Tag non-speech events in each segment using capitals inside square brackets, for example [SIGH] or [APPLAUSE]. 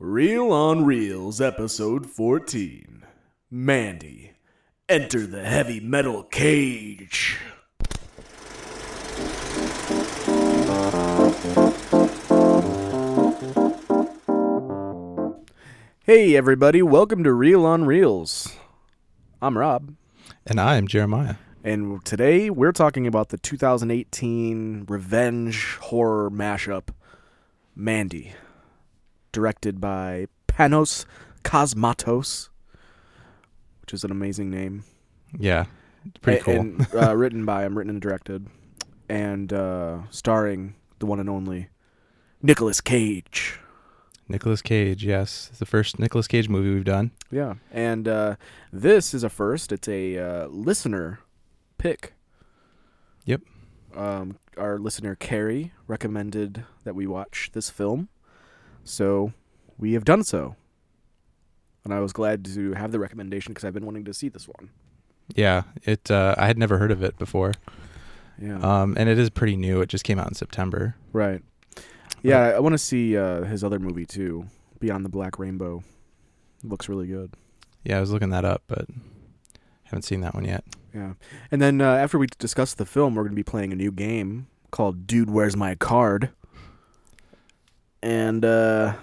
Reel on Reels, episode 14. Mandy, enter the heavy metal cage. Hey, everybody, welcome to Reel on Reels. I'm Rob, And I am Jeremiah. and today we're talking about the 2018 revenge horror mashup, Mandy, directed by Panos Cosmatos, which is an amazing name. Yeah. Pretty A- cool. And uh, [LAUGHS] written by him, written and directed, and uh, starring the one and only Nicolas Cage. Nicholas Cage, yes. It's the first Nicholas Cage movie we've done. Yeah, and uh, this is a first. It's a uh, listener pick. Yep. Um, our listener Carrie recommended that we watch this film, so we have done so. And I was glad to have the recommendation because I've been wanting to see this one. Yeah. It uh, I had never heard of it before. Yeah. Um and it is pretty new. It just came out in September. Uh, right. Yeah, I, want to see uh, his other movie too, Beyond the Black Rainbow. Looks really good. Yeah, I was looking that up, but haven't seen that one yet. Yeah. And then uh, after we discuss the film, we're going to be playing a new game called Dude Where's My Card. And uh,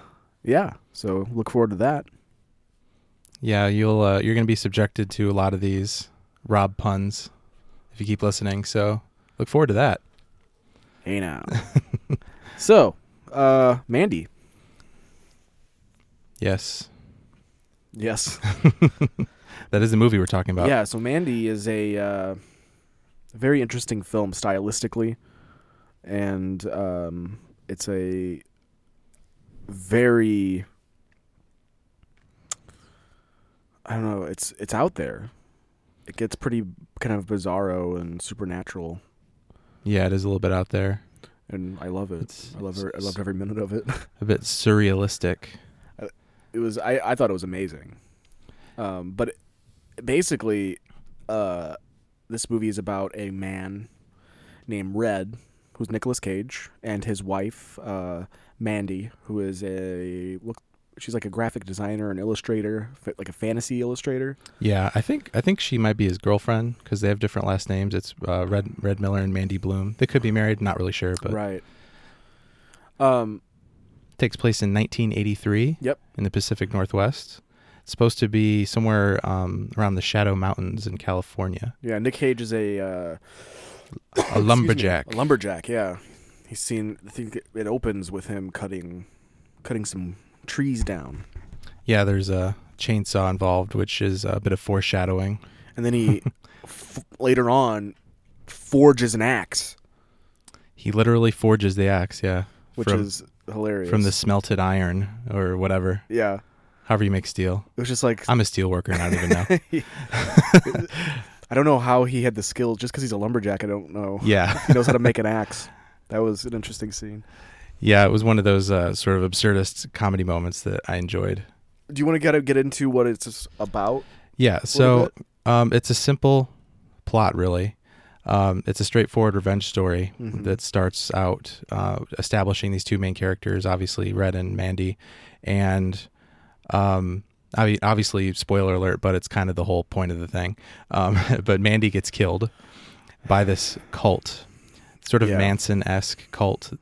yeah, so look forward to that. Yeah, you'll uh, you're going to be subjected to a lot of these Rob puns if you keep listening. So, look forward to that. Hey [LAUGHS] now. so, uh, Mandy. Yes. Yes. That is the movie we're talking [LAUGHS] about. yeah, so Mandy is a uh, very interesting film stylistically. And um, it's a very. I don't know. It's it's out there. It gets pretty kind of bizarro and supernatural, Yeah, it is a little bit out there. and I love it. It's I love it's every, I loved every minute of it. a bit surrealistic. it was I, I thought it was amazing um, but basically uh, this movie is about a man named red who's Nicolas cage and his wife uh, mandy who is a look she's like a graphic designer and illustrator fa- like a fantasy illustrator Yeah, I think I think she might be his girlfriend because they have different last names. It's uh, Red Red Miller and Mandy Bloom. They could be married, not really sure, but right um takes place in 1983. Yep. in the Pacific Northwest. It's supposed to be somewhere um, around the Shadow Mountains in California. [COUGHS] yeah nick cage is a uh, A Excuse me. lumberjack. A lumberjack, yeah. He's seen. I think it opens with him cutting, cutting some trees down, yeah, there's a chainsaw involved, which is a bit of foreshadowing. and then [LAUGHS] he f- later on forges an axe, He literally forges the axe. Yeah, which from, is hilarious. from the smelted iron or whatever, yeah, however you make steel. it was just like I'm a steel worker, and I don't even know. [LAUGHS] I don't know how he had the skill. Just because he's a lumberjack, I don't know. yeah. he knows how to make an axe. That was an interesting scene. Yeah, it was one of those uh, sort of absurdist comedy moments that I enjoyed. Do you want to get get into what it's about? Yeah, so um, it's a simple plot, really. Um, it's a straightforward revenge story Mhm. that starts out uh, establishing these two main characters, obviously Red and Mandy, and um, I mean, obviously, spoiler alert, but it's kind of the whole point of the thing. Um, [LAUGHS] but Mandy gets killed by this cult, sort of Yeah. Manson esque cult,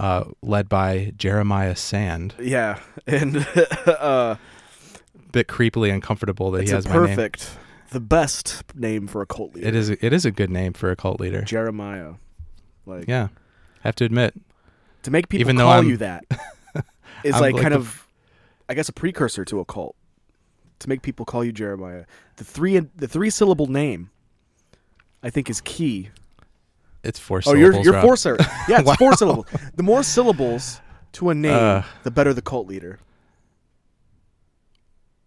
uh, led by Jeremiah Sand. Yeah, [LAUGHS] and uh, bit creepily uncomfortable that it's he a has my name. perfect, the best name for a cult leader. It is it is a good name for a cult leader. Jeremiah. Like Yeah, I have to admit. to make people Even though call I'm- you [LAUGHS] that is I'm like, like kind the- of I guess a precursor to a cult. To make people call you Jeremiah. The three the three syllable name I think is key. It's four Oh, syllables. you're you're Rob. four syllables. [LAUGHS] Yeah, it's four syllables. The more syllables to a name, Uh. the better the cult leader.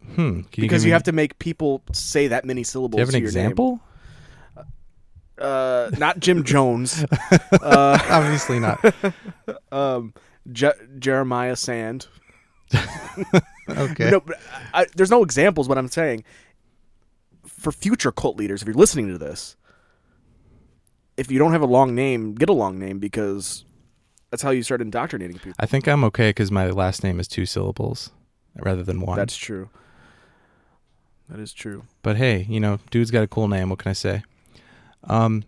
Hmm. Can you Because you give me- have to make people say that many syllables Do you have to an your example? [LAUGHS] name. Uh not [LAUGHS] Jim Jones. uh Obviously [LAUGHS] not. um Je- Jeremiah Sand. Okay. No, but I, there's no examples. What I'm saying for future cult leaders, if you're listening to this, if you don't have a long name, get a long name because that's how you start indoctrinating people. I think I'm okay because my last name is two syllables rather than one. That's true. That is true. but hey, you know, dude's got a cool name. What can I say? Um,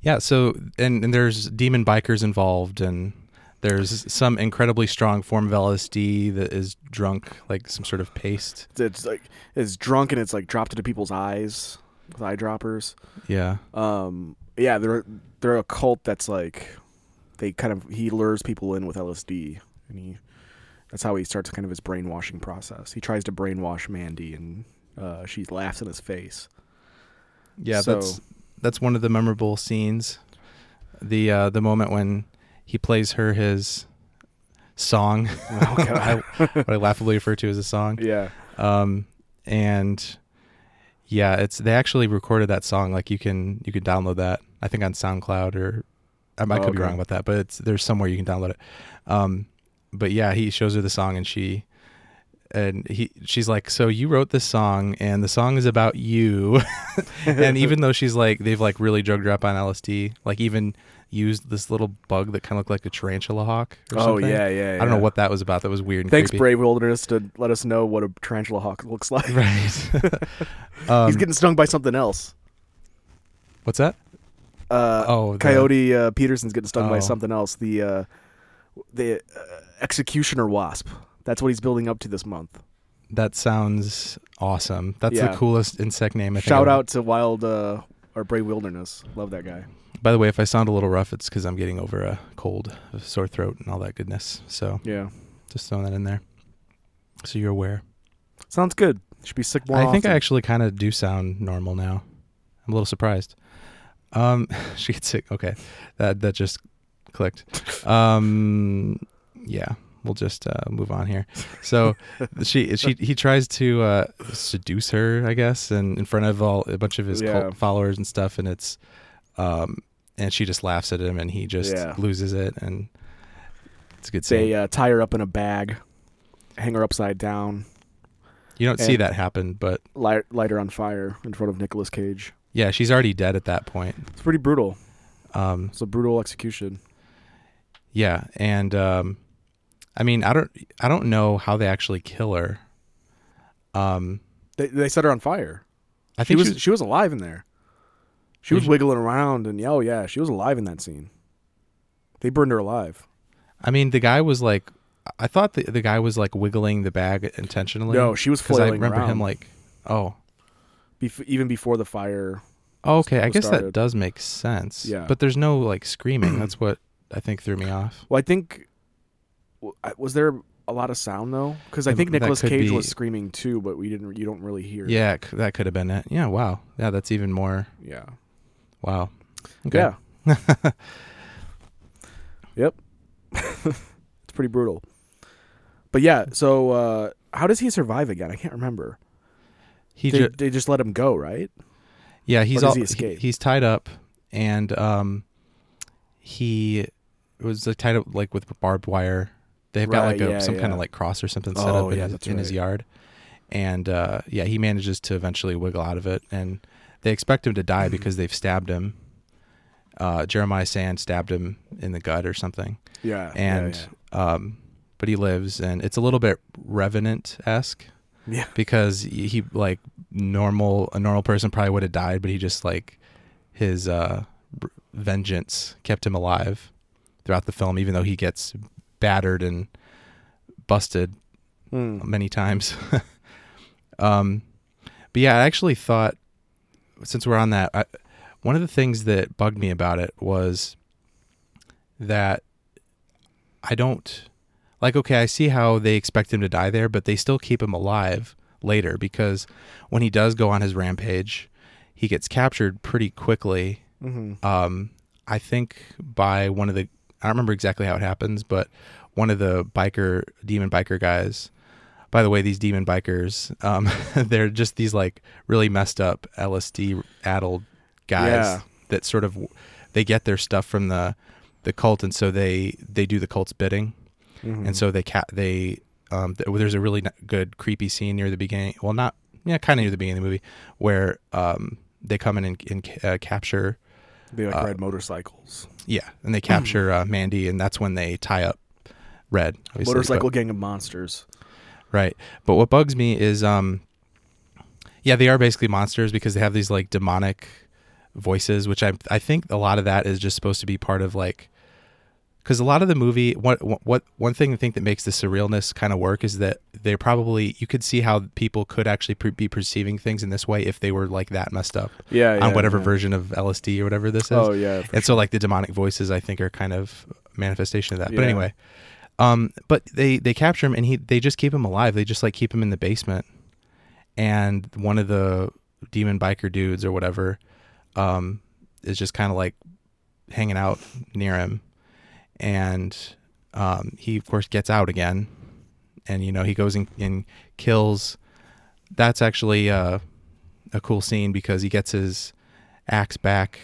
yeah. So and, and there's demon bikers involved, and there's some incredibly strong form of LSD that is drunk like some sort of paste. It's like it's drunk and it's like dropped into people's eyes with eyedroppers. Yeah. Um, yeah, they're they're a cult that's like they kind of he lures people in with LSD and he that's how he starts kind of his brainwashing process. He tries to brainwash Mandy and uh, she laughs in his [LAUGHS] face. Yeah, So- that's that's one of the memorable scenes. The uh, the moment when he plays her his song, Oh god. [LAUGHS] what I laughably refer to as a song. [LAUGHS] yeah. Um, and yeah, it's they actually recorded that song. Like you can you can download that. I think on SoundCloud or I, I Oh, could be okay. wrong about that, but it's there's somewhere you can download it. Um, but yeah, he shows her the song and she and he she's like, so you wrote this song and the song is about you. [LAUGHS] and even though she's like they've like really drugged her up on LSD, like even used this little bug that kind of looked like a tarantula hawk. Or Oh something. yeah, yeah, I don't know what that was about. That was weird. And Thanks, creepy. Brave Wilderness, to let us know what a tarantula hawk looks like. Right. [LAUGHS] um, He's getting stung by something else. [LAUGHS] what's that? Uh, Oh, the- Coyote uh, Peterson's getting stung by Oh. something else. The uh, the uh, executioner wasp. That's what he's building up to this month. That sounds awesome. That's Yeah. the coolest insect name. I think Shout I've- out to Wild uh, or Brave Wilderness. Love that guy. By the way, if I sound a little rough, it's because I'm getting over a cold, a sore throat, and all that goodness. So Yeah, just throwing that in there, so you're aware. sounds good. Should be sick more. I think I often. actually kind of do sound normal now. I'm a little surprised. Um, [LAUGHS] she gets sick. Okay, that that just clicked. Um, yeah, we'll just uh, move on here. So [LAUGHS] she she he tries to uh, seduce her, I guess, and in front of all a bunch of his Yeah. cult followers and stuff, and it's um, and she just laughs at him, and he just Yeah. loses it, and it's a good scene. they uh, tie her up in a bag, hang her upside down, you don't see and- that happen, but light, light her on fire in front of Nicolas Cage. yeah, she's already dead at that point. It's pretty brutal. Um, It's a brutal execution. Yeah, and um, I mean, I don't, I don't know how they actually kill her. Um, They they set her on fire. I she think was she was alive in there. She was Yeah, she- wiggling around and oh yeah, she was alive in that scene. They burned her alive. I mean, the guy was like, I thought the the guy was like wiggling the bag intentionally. No, she was because I flailing remember around him like, oh, bef- even before the fire. oh okay, I was guess that started. does make sense. Yeah. but there's no like screaming. That's what I think threw me off. Well, I think w- I- was there a lot of sound though? Because I That- think that Nicolas could Cage be- was screaming too, but we didn't. You don't really hear. Yeah, it c- that could have been it. Yeah, wow. Yeah, that's even more. yeah, Wow. Okay. yeah. [LAUGHS] yep, [LAUGHS] it's pretty brutal. But yeah, so uh, how does he survive again? I can't remember. He they, ju- they just let him go, right? Yeah, he's does all he he- escape? he's tied up, and um, he was like, tied up like with barbed wire. They've got Right, like a, yeah, some kind yeah. of like cross or something set Oh, up in, yeah, his, that's in his right. yard, and uh, yeah, he manages to eventually wiggle out of it, and they expect him to Hmm. die because they've stabbed him. Uh, Jeremiah Sand stabbed him in the gut or something, Yeah, yeah, and um, but he lives, and it's a little bit revenant esque yeah. yeah. because he he, like normal a normal person probably would have died but he just like his uh r- vengeance kept him alive throughout the film even though he gets battered and busted Hmm. many times [LAUGHS] um but yeah i actually thought since we're on that I, one of the things that bugged me about it was that i don't like okay i see how they expect him to die there but they still keep him alive later because when he does go on his rampage he gets captured pretty quickly Mm-hmm. um, I think by one of the I don't remember exactly how it happens, but one of the biker demon biker guys. By the way, these demon bikers, um, [LAUGHS] they're just these like really messed up LSD addled guys Yeah. that sort of they get their stuff from the the cult, and so they they do the cult's bidding Mhm. and so they ca- they um th- there's a really n- good creepy scene near the beginning well not yeah kind of near the beginning of the movie where um they come in and, and ca- uh, capture They like ride motorcycles. Yeah, and they capture uh, Mandy, and that's when they tie up Red. obviously, but- Motorcycle gang of monsters. right? But what bugs me is, um, yeah, they are basically monsters because they have these like demonic voices, which I I think a lot of that is just supposed to be part of like, because a lot of the movie, what what one thing I think that makes the surrealness kind of work is that they're probably you could see how people could actually pre- be perceiving things in this way if they were like that messed up Yeah, yeah on whatever yeah. version of LSD or whatever this is Oh yeah, and so like the demonic voices i think are kind of manifestation of that Yeah. but anyway um but they they capture him and he they just keep him alive they just like keep him in the basement and one of the demon biker dudes or whatever um is just kind of like hanging out near him and um he of course gets out again and you know he goes and, and kills that's actually uh a cool scene because he gets his axe back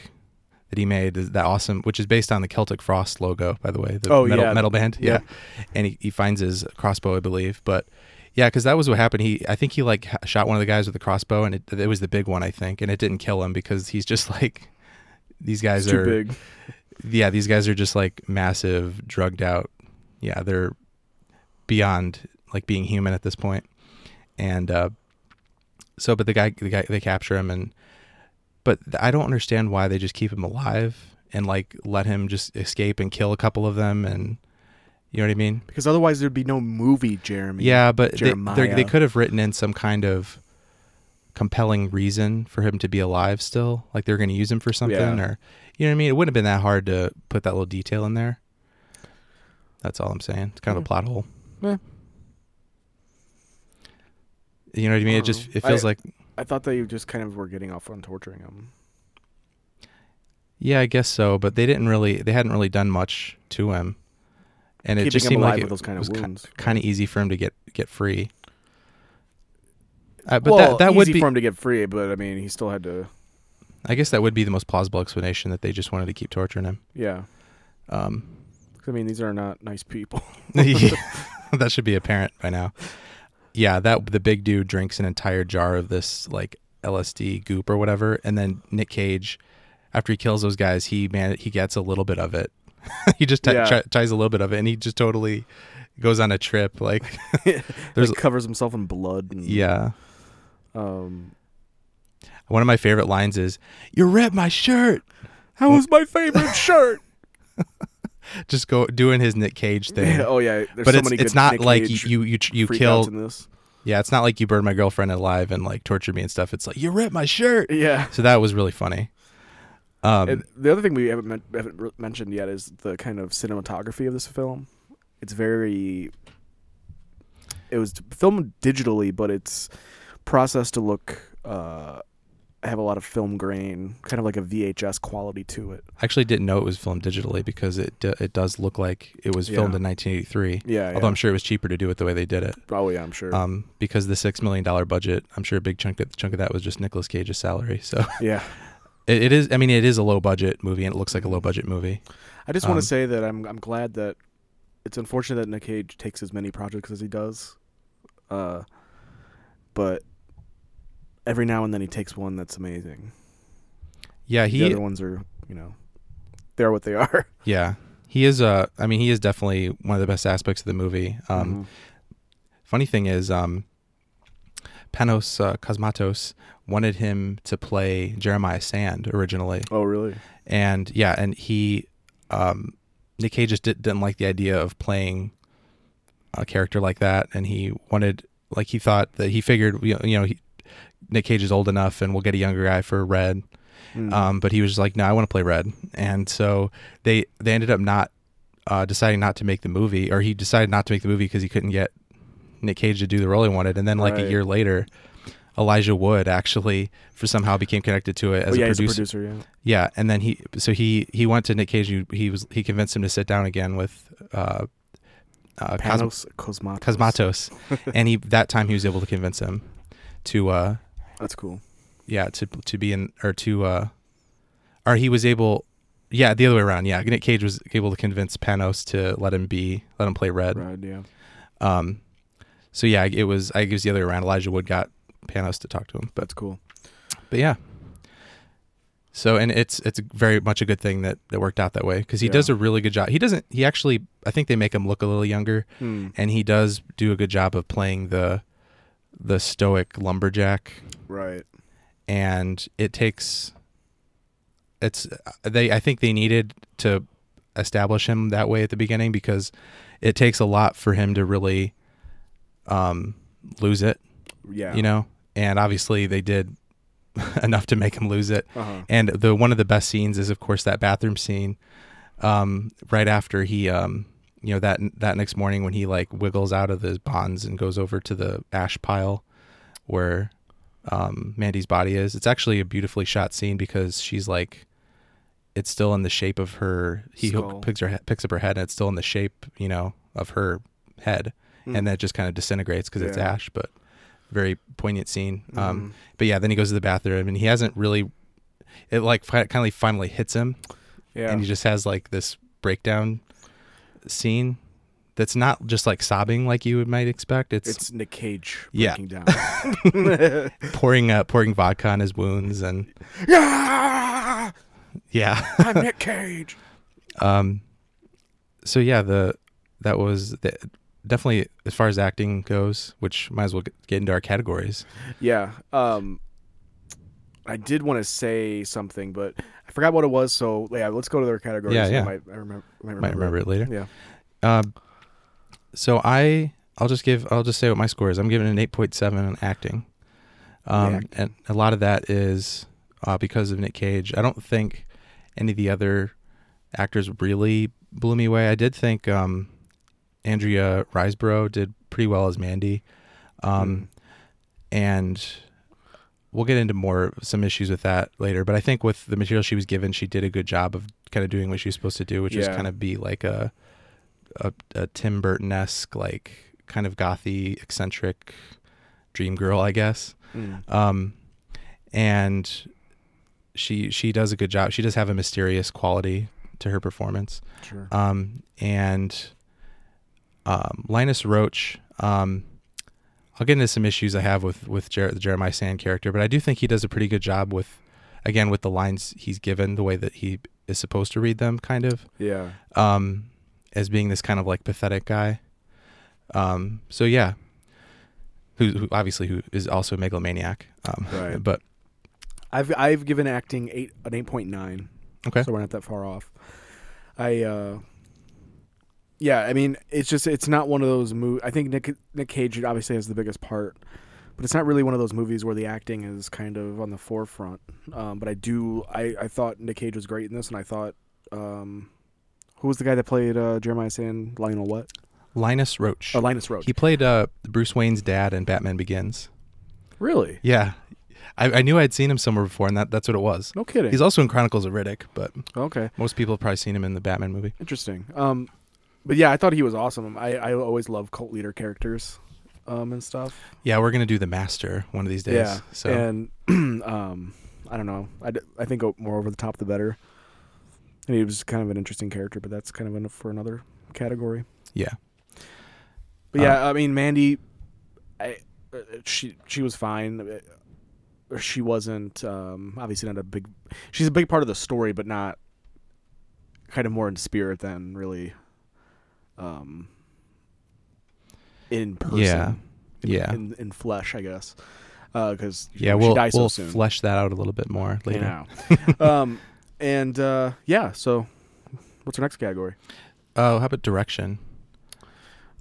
that he made is that awesome which is based on the celtic frost logo by the way the Oh, metal, yeah. metal band Yeah. yeah, and he, he finds his crossbow i believe but yeah because that was what happened he i think he like h- shot one of the guys with a crossbow and it, it was the big one i think and it didn't kill him because he's just [LAUGHS] like these guys it's too are big. yeah, these guys are just like massive, drugged out. Yeah, they're beyond like being human at this point. And uh, so, but the guy, the guy, they capture him, and but I don't understand why they just keep him alive and like let him just escape and kill a couple of them, and you know what I mean? Because otherwise there'd be no movie, Jeremy. Yeah, but they, they Jeremiah. they could have written in some kind of compelling reason for him to be alive still. Like they're going to use him for something, Yeah. or you know what I mean. It wouldn't have been that hard to put that little detail in there. That's all I'm saying. It's kind of Yeah. a plot hole. Yeah. You know what I mean? I It just dunno. it feels I- like I thought they just kind of were getting off on torturing him. yeah, I guess so. But they didn't really they hadn't really done much to him, and it Keeping just him seemed alive like it with those kind was of ki- wounds. kind of easy for him to get get free. Uh, but well, that, that would easy be for him to get free, but I mean, he still had to. I guess that would be the most plausible explanation that they just wanted to keep torturing him. Yeah, Um, [LAUGHS] 'Cause, I mean, these are not nice people. [LAUGHS] [LAUGHS] that should be apparent by now. Yeah, that the big dude drinks an entire jar of this like LSD goop or whatever, and then Nick Cage, after he kills those guys, he man he gets a little bit of it. [LAUGHS] he just t- Yeah. try- tries a little bit of it, and he just totally goes on a trip. Like, There's There's- like, covers himself in blood. And, yeah, Um, one of my favorite lines is, "You ripped my shirt." that was my favorite shirt. Just go doing his Nick Cage thing. [LAUGHS] Yeah, oh yeah, there's but so it's, many it's good not Nick like Cage you you you freakouts kill in this. Yeah, it's not like you burned my girlfriend alive and like tortured me and stuff. It's like you ripped my shirt. Yeah, So that was really funny. Um, and the other thing we haven't, men- haven't re- mentioned yet is the kind of cinematography of this film. It's very. It was filmed digitally, but it's processed to look uh, have a lot of film grain, kind of like a VHS quality to it. I actually didn't know it was filmed digitally because it do- it does look like it was filmed Yeah. in 1983. Yeah, Although I'm sure it was cheaper to do it the way they did it, oh yeah, I'm sure. um, because the six million dollar budget, I'm sure a big chunk of, chunk of that was just Nicolas Cage's salary. So [LAUGHS] yeah, it, it is. I mean, it is a low budget movie, and it looks like a low budget movie. I just want um, to say that I'm I'm glad that it's unfortunate that Nick Cage takes as many projects as he does, uh, but every now and then he takes one that's amazing. Yeah, the he other ones are you know they're what they are yeah he is uh, I mean, he is definitely one of the best aspects of the movie. [LAUGHS] Um, Funny thing is, um, Panos uh, Cosmatos wanted him to play Jeremiah Sand originally, oh really and yeah, and he, um, Nick Cage just did, didn't like the idea of playing a character like that, and he wanted, like, he thought that he figured, you know, you know he, Nick Cage is old enough, and we'll get a younger guy for Red, Hmm. Mm. um, but he was just like, no, I want to play Red, and so they they ended up not uh, deciding not to make the movie, or he decided not to make the movie because he couldn't get Nick Cage to do the role he wanted, and then like Right. a year later, Elijah Wood actually for somehow became connected to it as oh, yeah a he's producer. a producer Yeah, and then he so he he went to Nick Cage. He, he was he convinced him to sit down again with uh, uh, yeah Cos- Panos Cosmatos Cosmatos, [LAUGHS] and he that time he was able to convince him to uh that's cool yeah to to be in or to uh or he was able yeah the other way around yeah Nick Cage was able to convince Panos to let him be let him play Red right yeah um so yeah it was I guess the other way around Elijah Wood got Panos to talk to him but that's cool but yeah So and it's it's very much a good thing that it worked out that way because he Yeah. does a really good job. He doesn't. He actually, I think they make him look a little younger, Hmm. and he does do a good job of playing the the stoic lumberjack. Right. And it takes. It's they. I think they needed to establish him that way at the beginning because it takes a lot for him to really um, lose it Yeah. you know and obviously they did [LAUGHS] enough to make him lose it Uh-huh. and the one of the best scenes is of course that bathroom scene um right after he um you know that that next morning when he like wiggles out of his bonds and goes over to the ash pile where um Mandy's body is it's actually a beautifully shot scene because she's like it's still in the shape of her he hook- Skull. picks her he- picks up her head and it's still in the shape you know of her head and that just kind of disintegrates because it's Mm. Yeah. Mm-hmm. ash but very poignant scene um but yeah, then he goes to the bathroom and he hasn't really. It like fi- kind of finally hits him, Yeah. and he just has like this breakdown scene that's not just like sobbing like you would might expect. It's, it's [LAUGHS] Nick Cage Yeah. breaking [LAUGHS] down. [LAUGHS] pouring uh, pouring vodka on his wounds, and yeah, yeah. [LAUGHS] I'm Nick Cage. Um, so yeah, the that was the, definitely as far as acting goes, which might as well get get into our categories. Yeah. Um, I did want to say something, but I forgot what it was. So yeah, let's go to their categories. Yeah, I yeah. might, I remember. Might remember. Might remember it later. Yeah. Um, so I I'll just give I'll just say what my score is. I'm giving it an eight point seven on acting, um, Yeah. and a lot of that is uh, because of Nick Cage. I don't think any of the other actors really blew me away. I did think um, Andrea Riseborough did pretty well as Mandy, um, and we'll get into more some issues with that later. But I think with the material she was given, she did a good job of kind of doing what she was supposed to do, which was Yeah. kind of be like a a, a Tim Burton esque, like kind of gothy, eccentric dream girl, I guess. Mm. Um, and she she does a good job. She does have a mysterious quality to her performance Hmm, Sure. um, and um, Linus Roach. Um, I'll get into some issues I have with with Jer- the Jeremiah Sand character, but I do think he does a pretty good job with, again, with the lines he's given, the way that he is supposed to read them, kind of Yeah. um, as being this kind of like pathetic guy. Um, so yeah, who, who obviously who is also a megalomaniac. Um, Right. [LAUGHS] but I've I've given acting eight an eight point nine. Okay. So we're not that far off. I uh yeah, I mean it's just it's not one of those movies. I think Nick Nick Cage obviously has the biggest part, but it's not really one of those movies where the acting is kind of on the forefront. Um, but I do I I thought Nick Cage was great in this, and I thought um, who was the guy that played uh, Jeremiah Sand Lionel what? Linus Roach, Oh, Linus Roach. he played uh, Bruce Wayne's dad in Batman Begins. really? Yeah, I, I knew I'd seen him somewhere before, and that, that's what it was. No kidding. He's also in Chronicles of Riddick, but okay. most people have probably seen him in the Batman movie. Interesting. Um, but yeah, I thought he was awesome. I, I always love cult leader characters, um, and stuff. Yeah, we're gonna do the Master one of these days. yeah. so And [CLEARS THROAT] um, I don't know. I, d- I think o- more over the top the better. And he was kind of an interesting character, but that's kind of enough for another category. yeah, Um, But yeah, I mean Mandy, I uh, she she was fine. Uh, She wasn't um, obviously not a big. She's a big part of the story, but not kind of more in spirit than really, um, in person. Yeah. in, Yeah. in, in flesh, I guess. Because yeah. Uh, she We'll dies so we'll soon. flesh that out a little bit more later. Yeah. [LAUGHS] um, and uh, yeah, so what's our next category? Oh, how about direction?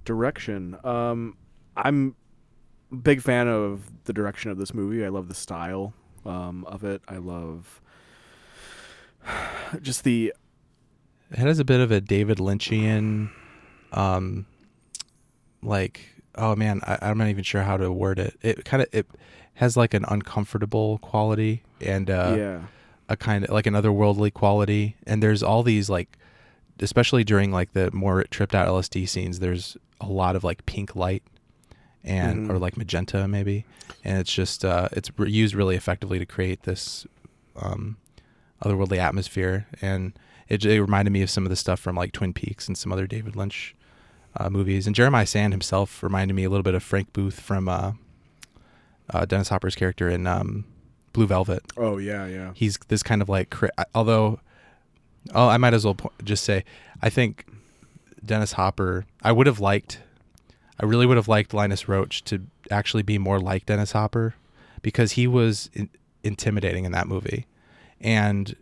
direction. Um, I'm a big fan of the direction of this movie. I love the style um, of it. I love [SIGHS] just the It has a bit of a David Lynchian, um, like oh man, I, I'm not even sure how to word it. It kind of it has like an uncomfortable quality and uh, yeah a kind of like an otherworldly quality and there's all these like especially during like the more tripped out LSD scenes there's a lot of like pink light and Mhm. or like magenta maybe and it's just uh it's re- used really effectively to create this um otherworldly atmosphere and it, j- it reminded me of some of the stuff from like Twin Peaks and some other David Lynch uh, movies and Jeremiah Sand himself reminded me a little bit of Frank Booth from uh, uh Dennis Hopper's character in um Blue Velvet. Oh yeah, yeah. He's this kind of like, cri- although, oh, I might as well po- just say, I think Dennis Hopper. I would have liked, I really would have liked Linus Roach to actually be more like Dennis Hopper, because he was in, intimidating in that movie, and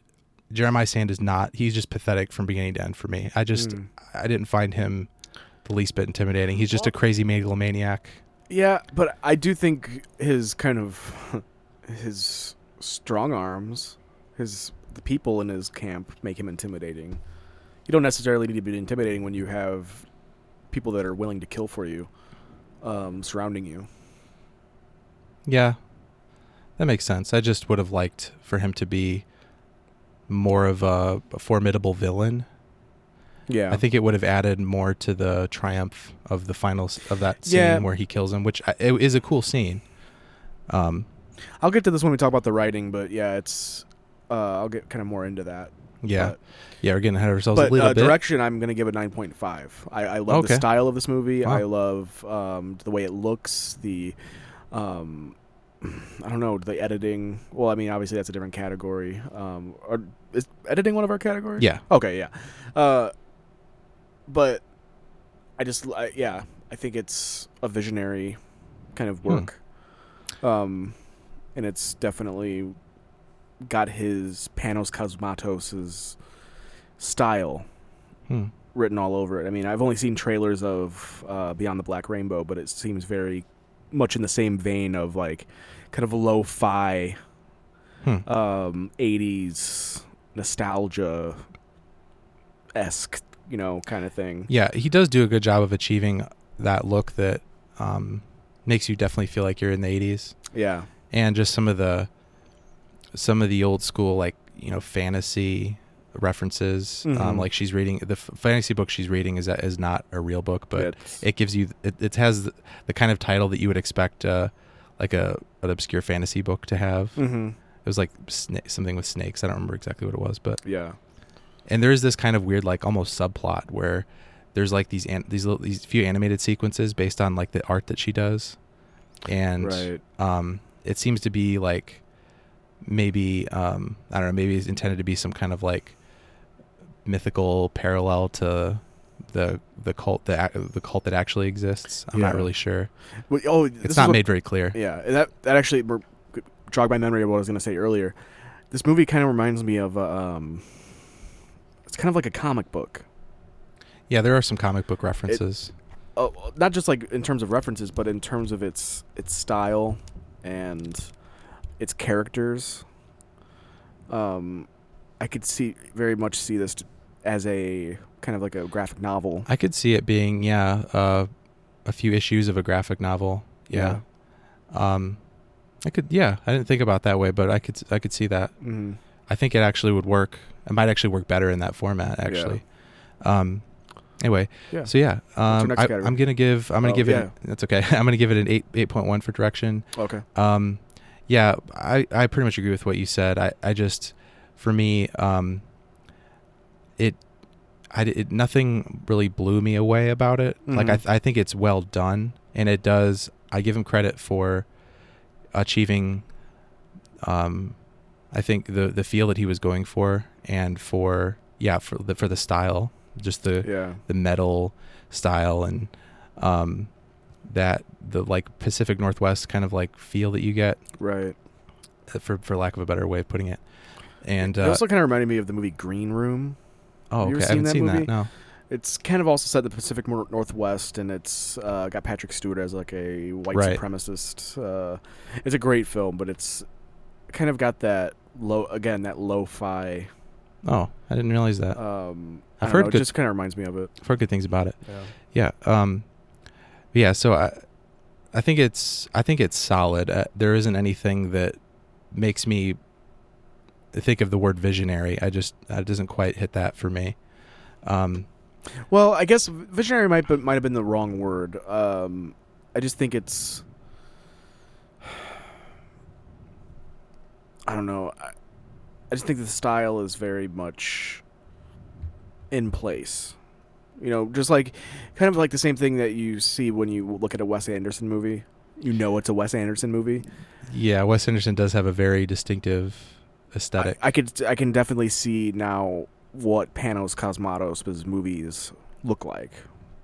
Jeremiah Sand is not. He's just pathetic from beginning to end for me. I just, Mm. I didn't find him the least bit intimidating. He's just a crazy megalomaniac. Yeah, but I do think his kind of [LAUGHS] his strong arms, his the people in his camp make him intimidating. You don't necessarily need to be intimidating when you have people that are willing to kill for you um, surrounding you. Yeah. That makes sense. I just would have liked for him to be more of a, a formidable villain. Yeah, I think it would have added more to the triumph of the finals of that scene Yeah. where he kills him, which I, it is a cool scene. Um, I'll get to this when we talk about the writing, but yeah, it's uh, I'll get kind of more into that. yeah. But- yeah, we're getting ahead of ourselves but a little uh, bit. direction i'm gonna give a 9.5 i, I love Okay. the style of this movie Wow. i love um, the way it looks the um, i don't know the editing well i mean obviously that's a different category um, or is editing one of our categories yeah. okay yeah uh, but i just I, yeah i think it's a visionary kind of Hmm. work um, and it's definitely got his panos cosmatos' style Hmm. written all over it. I mean, I've only seen trailers of uh, Beyond the Black Rainbow, but it seems very much in the same vein of like kind of lo-fi Hmm. um, 80s nostalgia esque, you know, kind of thing. Yeah, he does do a good job of achieving that look that um, makes you definitely feel like you're in the 80s. Yeah. and just some of the some of the old school like you know fantasy references um, Mhm. like she's reading the f- fantasy book she's reading is is not a real book but It's- it gives you it, it has the, the kind of title that you would expect uh, like a an obscure fantasy book to have it Mhm. was like sna- something with snakes i don't remember exactly what it was but Yeah. and there is this kind of weird like almost subplot where there's like these an- these little, these few animated sequences based on like the art that she does and right. um, it seems to be like maybe um, I don't know, maybe it's intended to be some kind of like mythical parallel to the the cult that ac- the cult that actually exists. I'm not Yeah. really sure. Well, oh, It's not made very clear. Yeah, and that that actually br- jogged my memory of what I was going to say earlier. This movie kind of reminds me of uh, um, it's kind of like a comic book, Yeah, there are some comic book references. uh, not just like in terms of references, but in terms of its its style and its characters. Um, I could see very much see this t- as a kind of like a graphic novel. I could see it being yeah, uh, a few issues of a graphic novel. Yeah. Um, I could yeah, I didn't think about it that way, but I could s- I could see that. hmm I think it actually would work. It might actually work better in that format, actually. Um, anyway, Yeah. so yeah, your um, next I, category? I'm gonna give. I'm gonna Oh, give yeah. it. That's okay. [LAUGHS] I'm gonna give it an eight eight point one for direction. Okay. Um, yeah, I I pretty much agree with what you said. I I just for me, um, it. I, di- it, nothing really blew me away about it. Like I, Mhm. I think it's well done, and it does. I give him credit for achieving um I think the the feel that he was going for and for yeah for the for the style just the Yeah. the metal style and um that the like Pacific Northwest kind of like feel that you get Right. uh, for for lack of a better way of putting it and it uh, also kind of reminded me of the movie Green Room. oh have you ever okay I seen haven't that seen movie? that no It's kind of also set in the Pacific Nor- Northwest, and it's uh, got Patrick Stewart as like a white Right. supremacist. Uh, it's a great film, but it's kind of got that low again that lo-fi. oh I didn't realize that Um, I I've don't heard know, it good- just kind of reminds me of it. I've heard good things about it Yeah. yeah um yeah so i i think it's i think it's solid uh, there isn't anything that makes me think of the word visionary i just uh, it doesn't quite hit that for me um Well, I guess visionary might be, might have been the wrong word. Um, I just think it's. I don't know. I, I just think the style is very much in place. You know, just like kind of like the same thing that you see when you look at a Wes Anderson movie. You know it's a Wes Anderson movie. Yeah, Wes Anderson does have a very distinctive I, aesthetic. I could I can definitely see now what Panos Cosmatos' movies look like.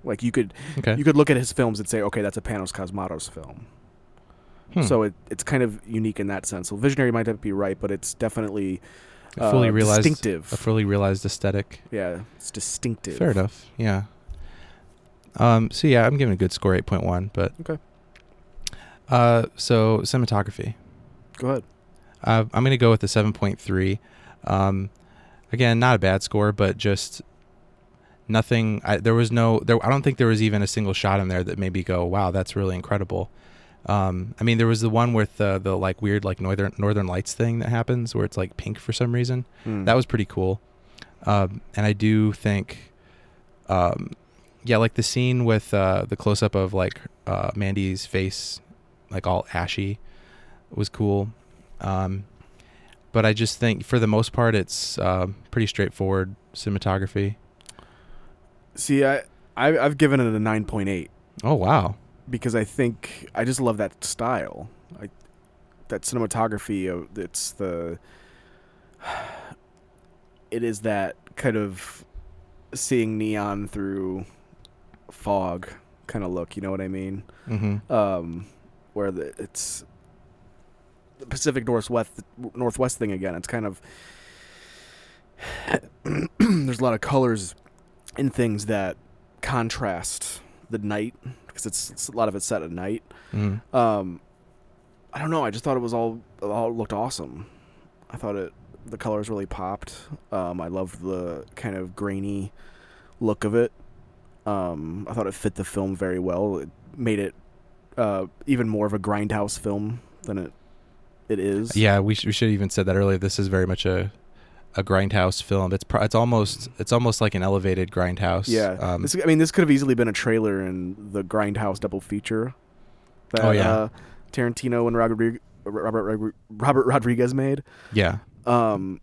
Like you could okay. you could look at his films and say, okay, that's a Panos Cosmatos film. Hmm. So it, it's kind of unique in that sense. So visionary might not be right, but it's definitely A fully uh, realized distinctive. a fully realized aesthetic. yeah, it's distinctive. Fair enough. Yeah. Um, so yeah, I'm giving a good score, eight point one. But Okay. Uh, so cinematography, Go ahead. uh, I'm gonna go with the seven point three. Um, again, not a bad score, but just nothing. I, there was no. There, I don't think there was even a single shot in there that made me go, "Wow, that's really incredible." Um, I mean, there was the one with the the like weird like northern northern lights thing that happens where it's like pink for some reason. Mm. That was pretty cool. Um, and I do think, um, yeah, like the scene with uh, the close up of like uh, Mandy's face, like all ashy, was cool. Um, but I just think for the most part, it's um pretty straightforward cinematography. See, I, I I've given it a nine point eight Oh wow, because I think I just love that style. I that cinematography. uh, It's the [SIGHS] it is that kind of seeing neon through fog kind of look. You know what I mean? hmm um, where the, it's the Pacific Northwest Northwest thing again. It's kind of [CLEARS THROAT] there's a lot of colors in things that contrast the night because it's, it's a lot of it's set at night. mm Um, I don't know. I just thought it was all it all looked awesome. I thought it the colors really popped. Um, I loved the kind of grainy look of it. Um, I thought it fit the film very well. It made it uh, even more of a grindhouse film than it it is. yeah. We, sh- we should have even said that earlier. This is very much a a grindhouse film. It's pro- it's almost it's almost like an elevated grindhouse. Yeah. Um, this, I mean, this could have easily been a trailer in the Grindhouse double feature that Oh, yeah. uh, Tarantino and Robert Robert Robert Rodriguez made. yeah. Um,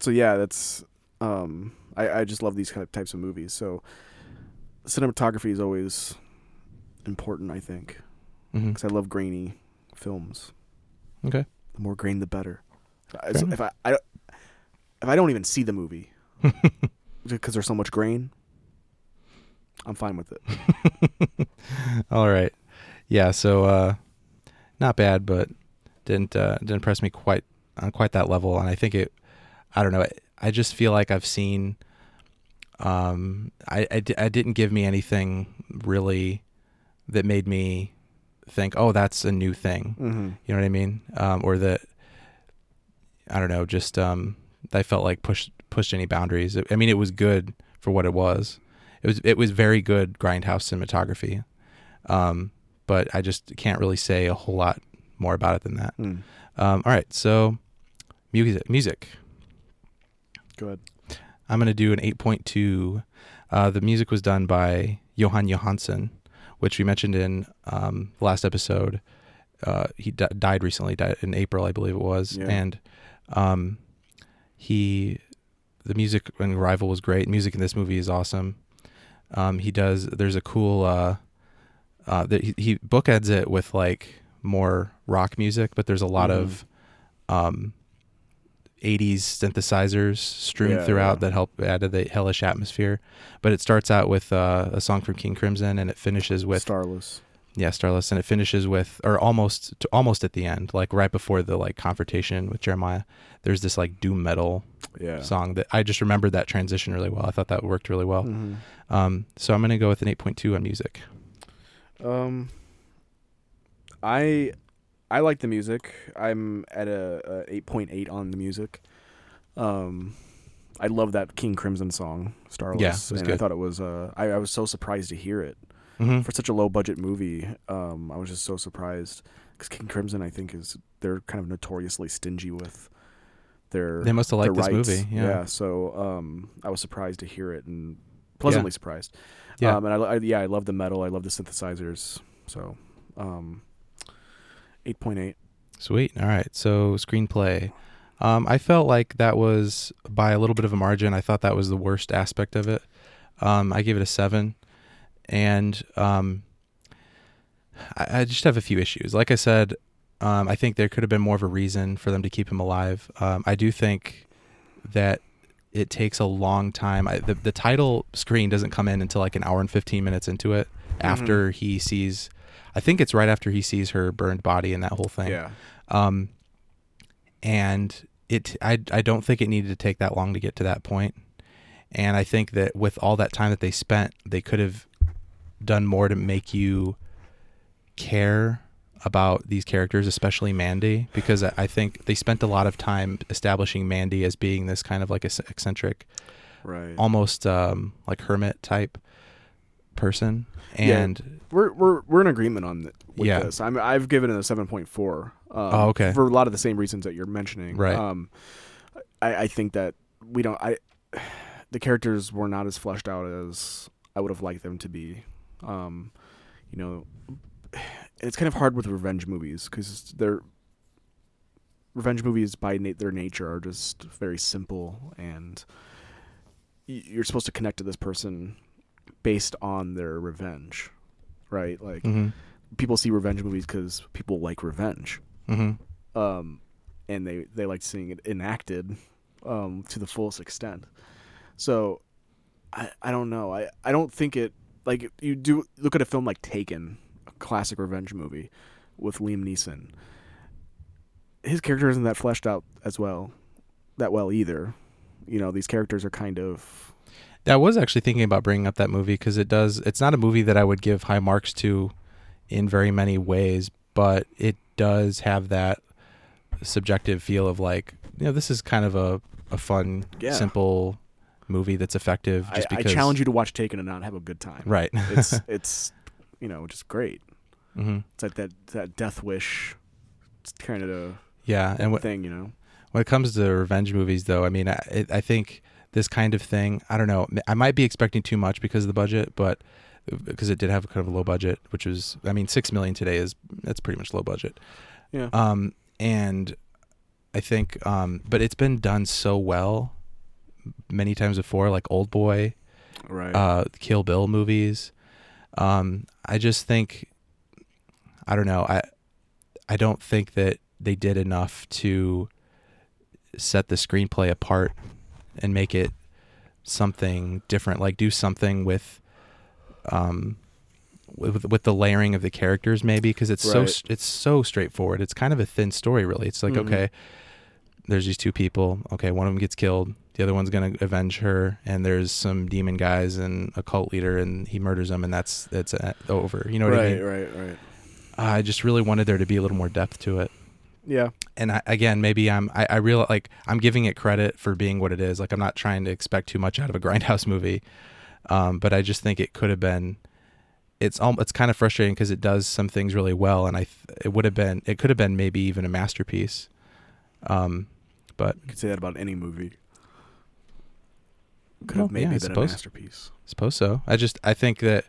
so yeah, that's um, I, I just love these kind of types of movies. So cinematography is always important, I think, Mhm. because I love grainy films. Okay. The more grain, the better. I- so enough. if I, I if I don't even see the [LAUGHS] movie because there's so much grain, I'm fine with it. [LAUGHS] All right. Yeah, so uh not bad, but didn't uh didn't impress me quite on quite that level and I think it I don't know. I, I just feel like I've seen um I I, di- I didn't give me anything really that made me think, "Oh, that's a new thing." Mm-hmm. You know what I mean? Um or that I don't know, just um I felt like pushed pushed any boundaries. I mean, it was good for what it was. It was it was very good grindhouse cinematography. Um, but I just can't really say a whole lot more about it than that. Mm. Um, all right, so music. Music. Go ahead. I'm gonna do an 8.2. Uh, the music was done by Johan Johansson, which we mentioned in um, the last episode. Uh, he di- died recently, died in April, I believe it was, Yeah. and um, he the music in Rival was great. Music in this movie is awesome. Um, he does. There's a cool. Uh, uh, that he, he bookends it with like more rock music, but there's a lot of um, 80s synthesizers strewn Yeah, throughout yeah. that help add to the hellish atmosphere. But it starts out with uh, a song from King Crimson, and it finishes with Starless. yeah, Starless, and it finishes with, or almost to, almost at the end, like right before the like confrontation with Jeremiah. There's this like doom metal Yeah. song that I just remembered that transition really well. I thought that worked really well. Mhm. Um, so I'm gonna go with an 8.2 on music. Um, I I like the music. I'm at a, a eight point eight on the music. Um, I love that King Crimson song, Starless. Yeah, it was and I good. thought it was. Uh, I, I was so surprised to hear it Mhm. for such a low budget movie. Um, I was just so surprised because King Crimson, I think, is they're kind of notoriously stingy with their They must have liked their this rights. movie. Yeah. So um, I was surprised to hear it and pleasantly surprised. Yeah. Um, and I, lo- I yeah, I love the metal. I love the synthesizers. So, um, eight point eight. Sweet. All right. So screenplay. Um, I felt like that was by a little bit of a margin. I thought that was the worst aspect of it. Um, I gave it a seven, and um, I, I just have a few issues. Like I said, um, I think there could have been more of a reason for them to keep him alive. Um, I do think that it takes a long time. I, the, the title screen doesn't come in until like an hour and 15 minutes into it after he sees, I think it's right after he sees her burned body and that whole thing. Yeah. Um, and it, I, I don't think it needed to take that long to get to that point. And I think that with all that time that they spent, they could have done more to make you care about these characters, especially Mandy, because I I think they spent a lot of time establishing Mandy as being this kind of like ec- eccentric, Right. almost um, like hermit type person. Yeah. And we're we're we're in agreement on th- with Yeah. this. I'm I've given it a seven point four. Um, Oh, okay. For a lot of the same reasons that you're mentioning, Right. Um, I I think that we don't. I the characters were not as fleshed out as I would have liked them to be. Um, you know, it's kind of hard with revenge movies because they're revenge movies by na- their nature are just very simple and y- you're supposed to connect to this person based on their revenge right like Mhm. people see revenge movies because people like revenge Mhm. um, and they they like seeing it enacted um, to the fullest extent. So I I don't know I I don't think it like you do look at a film like Taken, a classic revenge movie with Liam Neeson. His character isn't that fleshed out as well, that well either. You know these characters are kind of I was actually thinking about bringing up that movie because it does. It's not a movie that I would give high marks to in very many ways, but it does have that subjective feel of like, you know, this is kind of a, a fun, Yeah. simple movie that's effective. I, Just I because, challenge you to watch Taken and not have a good time. Right. [LAUGHS] [LAUGHS] It's it's you know just great. hmm It's like that that Death Wish kind of Yeah. And what, thing, you know. when it comes to revenge movies, though, I mean, I, it- I think this kind of thing, I don't know, I might be expecting too much because of the budget, but because it did have kind of a low budget, which was, I mean, six million today is, that's pretty much low budget. Yeah. um and i think um but it's been done so well many times before like old boy right. uh kill bill movies um i just think i don't know i i don't think that they did enough to set the screenplay apart and make it something different like do something with um with, with the layering of the characters maybe because it's so Right. s- it's so straightforward it's kind of a thin story really it's like Mhm. okay there's these two people okay one of them gets killed the other one's going to avenge her and there's some demon guys and a cult leader and he murders them and that's it's uh, over you know what right, i mean Uh, right, right. i just really wanted there to be a little more depth to it Yeah, and I, again, maybe I'm I, I real like I'm giving it credit for being what it is. Like I'm not trying to expect too much out of a [LAUGHS] grindhouse movie, um, but I just think it could have been. It's all it's kind of frustrating because it does some things really well, and I th- it would have been it could have been maybe even a masterpiece. Um, but you could say that about any movie. Could Well, have maybe yeah, I been suppose. a masterpiece. suppose so. I just I think that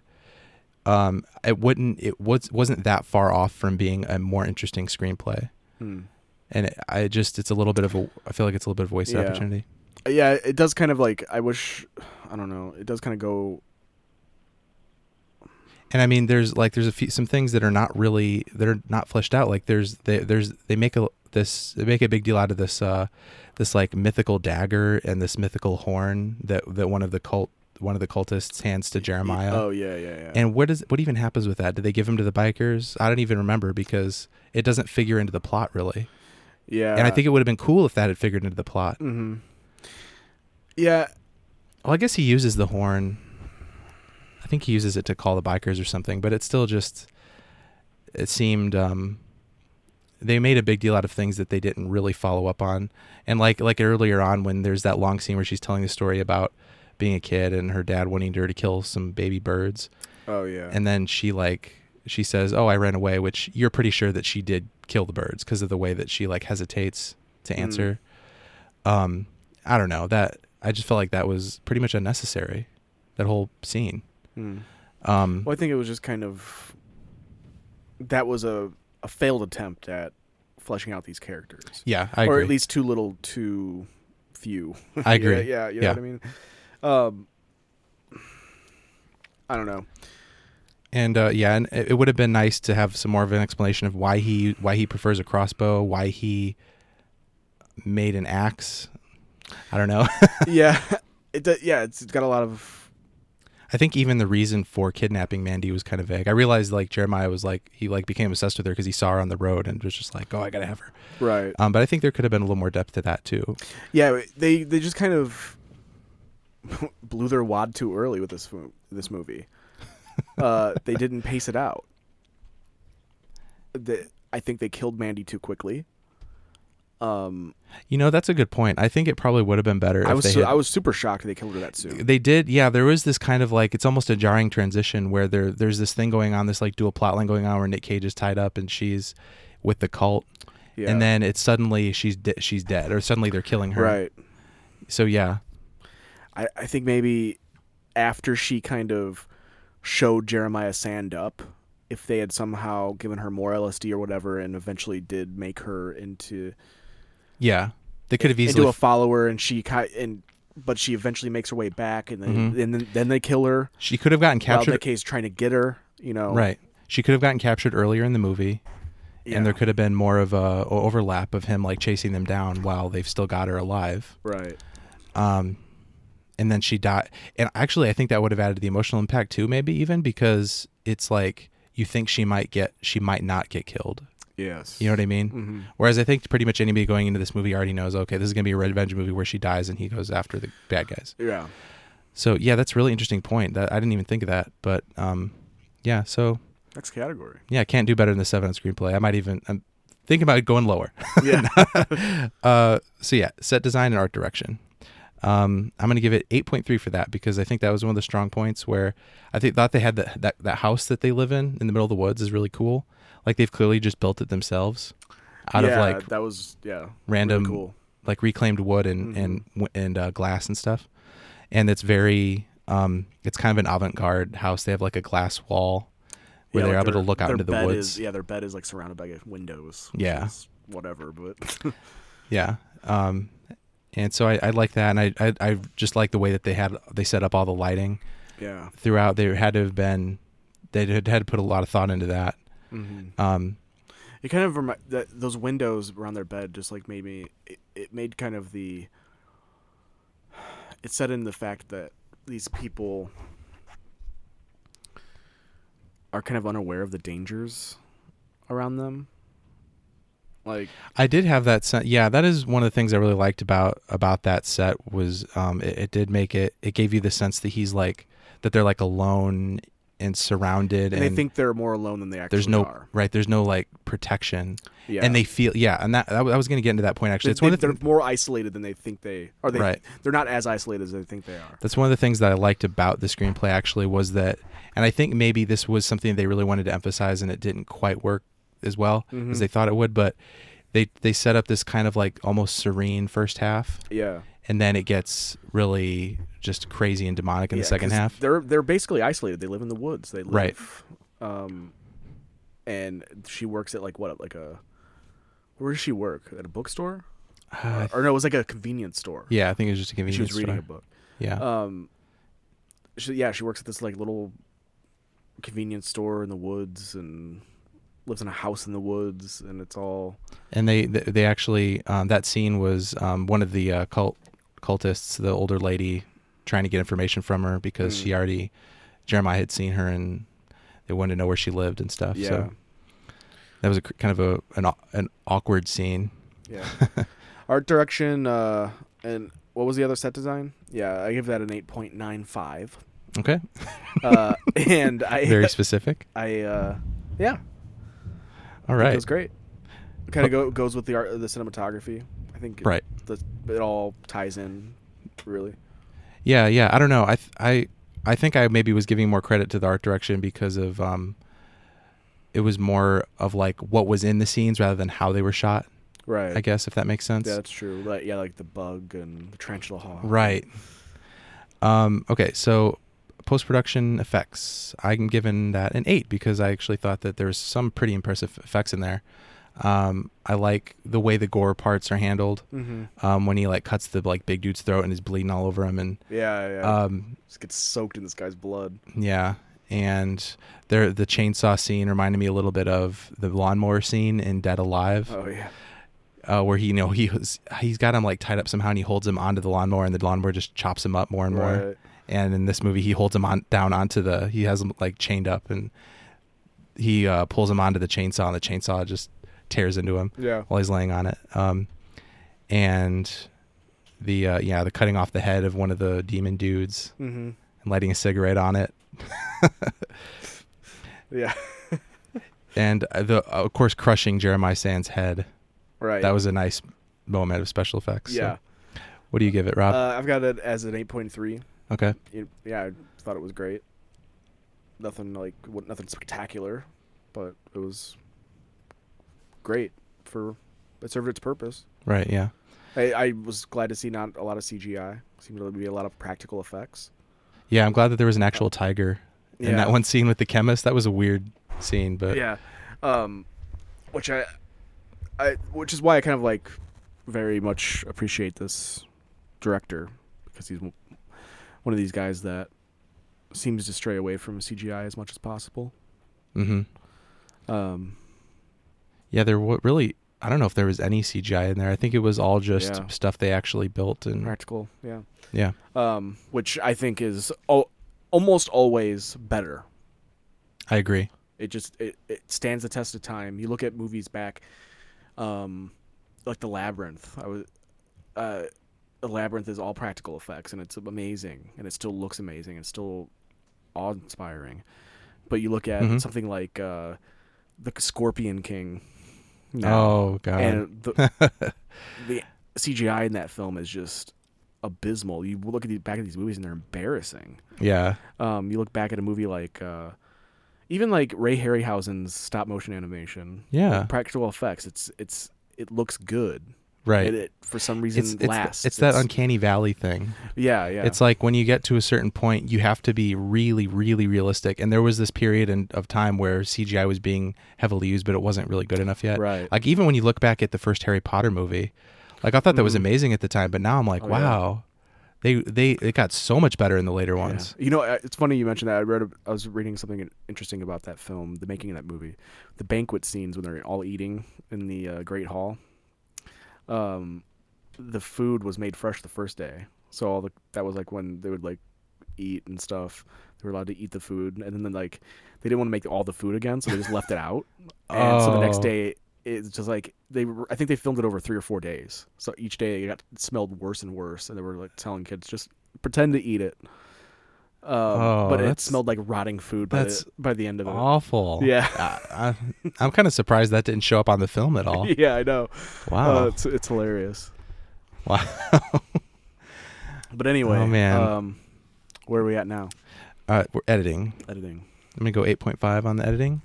um, it wouldn't it was wasn't that far off from being a more interesting screenplay, Hmm. and it, I just it's a little bit of a I feel like it's a little bit of a wasted Yeah. opportunity. Yeah, it does kind of like I wish. I don't know. It does kind of go. and I mean, there's like there's a few some things that are not really that are not fleshed out. Like there's they, there's they make a this they make a big deal out of this uh this like mythical dagger and this mythical horn that that one of the cult one of the cultists hands to Jeremiah. Oh yeah, yeah, yeah. And what is what even happens with that? Do they give him to the bikers? I don't even remember because it doesn't figure into the plot really. yeah, and I think it would have been cool if that had figured into the plot. hmm Yeah, Well, I guess he uses the horn. I think he uses it to call the bikers or something, but it's still just. It seemed um, they made a big deal out of things that they didn't really follow up on, and like like earlier on when there's that long scene where she's telling the story about being a kid and her dad wanting her to kill some baby birds, oh yeah, and then she like she says, "Oh, I ran away," which you're pretty sure that she did kill the birds because of the way that she like hesitates to Mm. answer. Um, I don't know that I just felt like that was pretty much unnecessary. That whole scene. Hmm. Um, Well, I think it was just kind of that was a a failed attempt at fleshing out these characters, yeah, I agree. or at least too little, too few. I agree. Yeah, yeah you know Yeah. what I mean. Um, I don't know. and uh, yeah, and it, it would have been nice to have some more of an explanation of why he why he prefers a crossbow, why he made an axe. I don't know. [LAUGHS] yeah, it do- yeah, it's, it's got a lot of I think even the reason for kidnapping Mandy was kind of vague. I realized like Jeremiah was like he like became obsessed with her because he saw her on the road and was just like, oh, I gotta have her. right. Um, but I think there could have been a little more depth to that too. Yeah, they they just kind of [LAUGHS] blew their wad too early with this mo- this [LAUGHS] movie. Uh, they didn't pace it out. The, I think they killed Mandy too quickly. Um, You know, that's a good point. I think it probably would have been better. I if was they su- had- I was super shocked they killed her that soon. they did yeah there was this kind of like it's almost a jarring transition where there there's this thing going on this like dual plot line going on where Nick Cage is tied up and she's with the cult Yeah, and then it's suddenly she's de- she's dead or suddenly they're killing her right. so yeah I, I think maybe after she kind of showed Jeremiah Sand up, if they had somehow given her more LSD or whatever, and eventually did make her into yeah they could have easily into a follower, and she ki- and but she eventually makes her way back, and then Mm-hmm. and then, then they kill her she could have gotten while captured Nick Cage trying to get her. You know, right she could have gotten captured earlier in the movie Yeah, and there could have been more of a o- overlap of him like chasing them down while they've still got her alive right. um and then she died and actually i think that would have added the emotional impact too maybe even because it's like you think she might get she might not get killed Yes. you know what i mean whereas i think pretty much anybody going into this movie already knows okay this is going to be a revenge movie where she dies and he goes after the bad guys Yeah. so yeah that's a really interesting point that i didn't even think of that but um yeah so Next [LAUGHS] category. yeah can't do better than the seven on screenplay i might even i'm thinking about going lower Yeah. uh, so yeah, set design and art direction. Um, I'm gonna give it 8.3 for that because I think that was one of the strong points where I think thought they had that that, that house that they live in in the middle of the woods is really cool. Like they've clearly just built it themselves out yeah, of like that was yeah random really cool. Mm-hmm. like reclaimed wood and and w and uh, glass and stuff. And it's very um, it's kind of an avant-garde house. They have like a glass wall where Yeah, they're like able their- to look out their into the bed woods. Is, yeah, their bed is like surrounded by windows. which Yeah. is Whatever, but [LAUGHS] Yeah. Um, and so I, I like that, and I, I I just like the way that they had they set up all the lighting yeah. throughout. There had to have been they had had to put a lot of thought into that. Mm-hmm. Um, It kind of remi- that those windows around their bed just like made me. It, it made kind of the. It set in the fact that these people are kind of unaware of the dangers around them. Like I did have that sense. Yeah, that is one of the things I really liked about about that set was um, it, it did make it it gave you the sense that he's like that they're like alone and surrounded, and, and, they think they're more alone than they actually there's no are. right. There's no like protection, Yeah. and they feel yeah, and that, that I was going to get into that point actually. they, it's one they- of the they're more isolated than they think they are. They, Right. They're not as isolated as they think they are. That's one of the things that I liked about the screenplay actually was that, and I think maybe this was something they really wanted to emphasize, and it didn't quite work as well Mm-hmm. as they thought it would. But they they set up this kind of like almost serene first half, Yeah. and then it gets really just crazy and demonic in Yeah, the second 'cause half. They're they're basically isolated. They live in the woods. They live, Right. Um, and she works at like what like a where does she work at a bookstore [SIGHS] Uh, or no it was like a convenience store. yeah, I think it was just a she convenience was reading store. a book. Yeah, Um, she, yeah, she works at this like little convenience store in the woods and lives in a house in the woods and it's all and they they, they actually um, that scene was um, one of the uh, cult cultists, the older lady, trying to get information from her because Mm. she already Jeremiah had seen her and they wanted to know where she lived and stuff. yeah So that was a, cr- kind of a an, au- an awkward scene. [LAUGHS] yeah art direction uh and what was the other set design yeah i give that an 8.95 [LAUGHS] Okay, uh, and I, very specific. I, uh, yeah, All it right, was great. Kind of go, goes with the art, the cinematography. I think it- right. the, it all ties in, really. Yeah, yeah. I don't know. I th- I I think I maybe was giving more credit to the art direction because of um, it was more of like what was in the scenes rather than how they were shot. Right. I guess if that makes sense. Yeah, that's true. Like, yeah, like the bug and the tarantula hawk. Right. Um, okay, so post production effects. I'm giving that an eight because I actually thought that there was some pretty impressive effects in there. Um, I like the way the gore parts are handled. Mm-hmm. Um, when he like cuts the like big dude's throat and is bleeding all over him, and Yeah, yeah. um, Just gets soaked in this guy's blood. yeah, and there the chainsaw scene reminded me a little bit of the lawnmower scene in Dead Alive, Oh yeah. uh, where he you know he was, he's got him like tied up somehow and he holds him onto the lawnmower and the lawnmower just chops him up [LAUGHS] more and more. Right. And in this movie, he holds him on down onto the he has him like chained up and he uh, pulls him onto the chainsaw and the chainsaw just tears into him Yeah. while he's laying on it. Um, and the uh, yeah the cutting off the head of one of the demon dudes Mm-hmm. and lighting a cigarette on it. Yeah. [LAUGHS] and uh, the of course crushing Jeremiah Sands' head. Right. That was a nice moment of special effects. So, Yeah. what do you give it, Rob? Uh, I've got it as an eight point three. okay. it, yeah, I thought it was great. Nothing like what, nothing spectacular, but it was great for it served its purpose. Right. Yeah. I, I was glad to see not a lot of CGI. Seemed to be a lot of practical effects. Yeah. I'm glad that there was an actual tiger in that one scene with the chemist. That was a weird scene, but Yeah, um, which I, I which is why I kind of like very much appreciate this director because he's one of these guys that seems to stray away from CGI as much as possible. hmm Um, yeah, there wa really. I don't know if there was any CGI in there. I think it was all just Yeah. stuff they actually built and practical, yeah. yeah, um, which I think is al- almost always better. I agree. It just it, it stands the test of time. You look at movies back, um, like The Labyrinth. I was, uh, The Labyrinth is all practical effects, and it's amazing, and it still looks amazing, and still awe-inspiring. But you look at Mhm. something like uh, the Scorpion King. Oh god. and the, [LAUGHS] the CGI in that film is just abysmal. You look at these back at these movies and they're embarrassing. yeah. Um, you look back at a movie like uh, even like Ray Harryhausen's stop motion animation, Yeah. practical effects. It's it's it looks good. Right. And it for some reason it's it's, lasts. it's that uncanny valley thing. yeah yeah It's like when you get to a certain point, you have to be really, really realistic. And there was this period in, of time where CGI was being heavily used, but it wasn't really good enough yet. Right. Like even when you look back at the first Harry Potter movie, like I thought that was amazing at the time, but now I'm like, Mm. Oh, yeah. wow, they they it got so much better in the later ones. Yeah. You know, I- it's funny you mentioned that. I read, a, I was reading something interesting about that film, the making of that movie, the banquet scenes when they're all eating in the uh, Great Hall. Um, the food was made fresh the first day, so all the that was like when they would like eat and stuff. They were allowed to eat the food, and then like they didn't want to make all the food again, so they just left it out. And so the next Oh. day, it's just like they. Were, I think they filmed it over three or four days. So each day it got it smelled worse and worse, and they were like telling kids just pretend to eat it. Um, Oh, but it that's- smelled like rotting food by, that's the, by the end of it. Awful. Yeah. I, I, I'm kind of surprised that didn't show up on the film at all. [LAUGHS] yeah, I know. Uh, Wow. it's it's hilarious. wow. But anyway, Oh, man. Um, where are we at now? All right, Uh, we're editing. Editing. I'm gonna go 8.5 on the editing.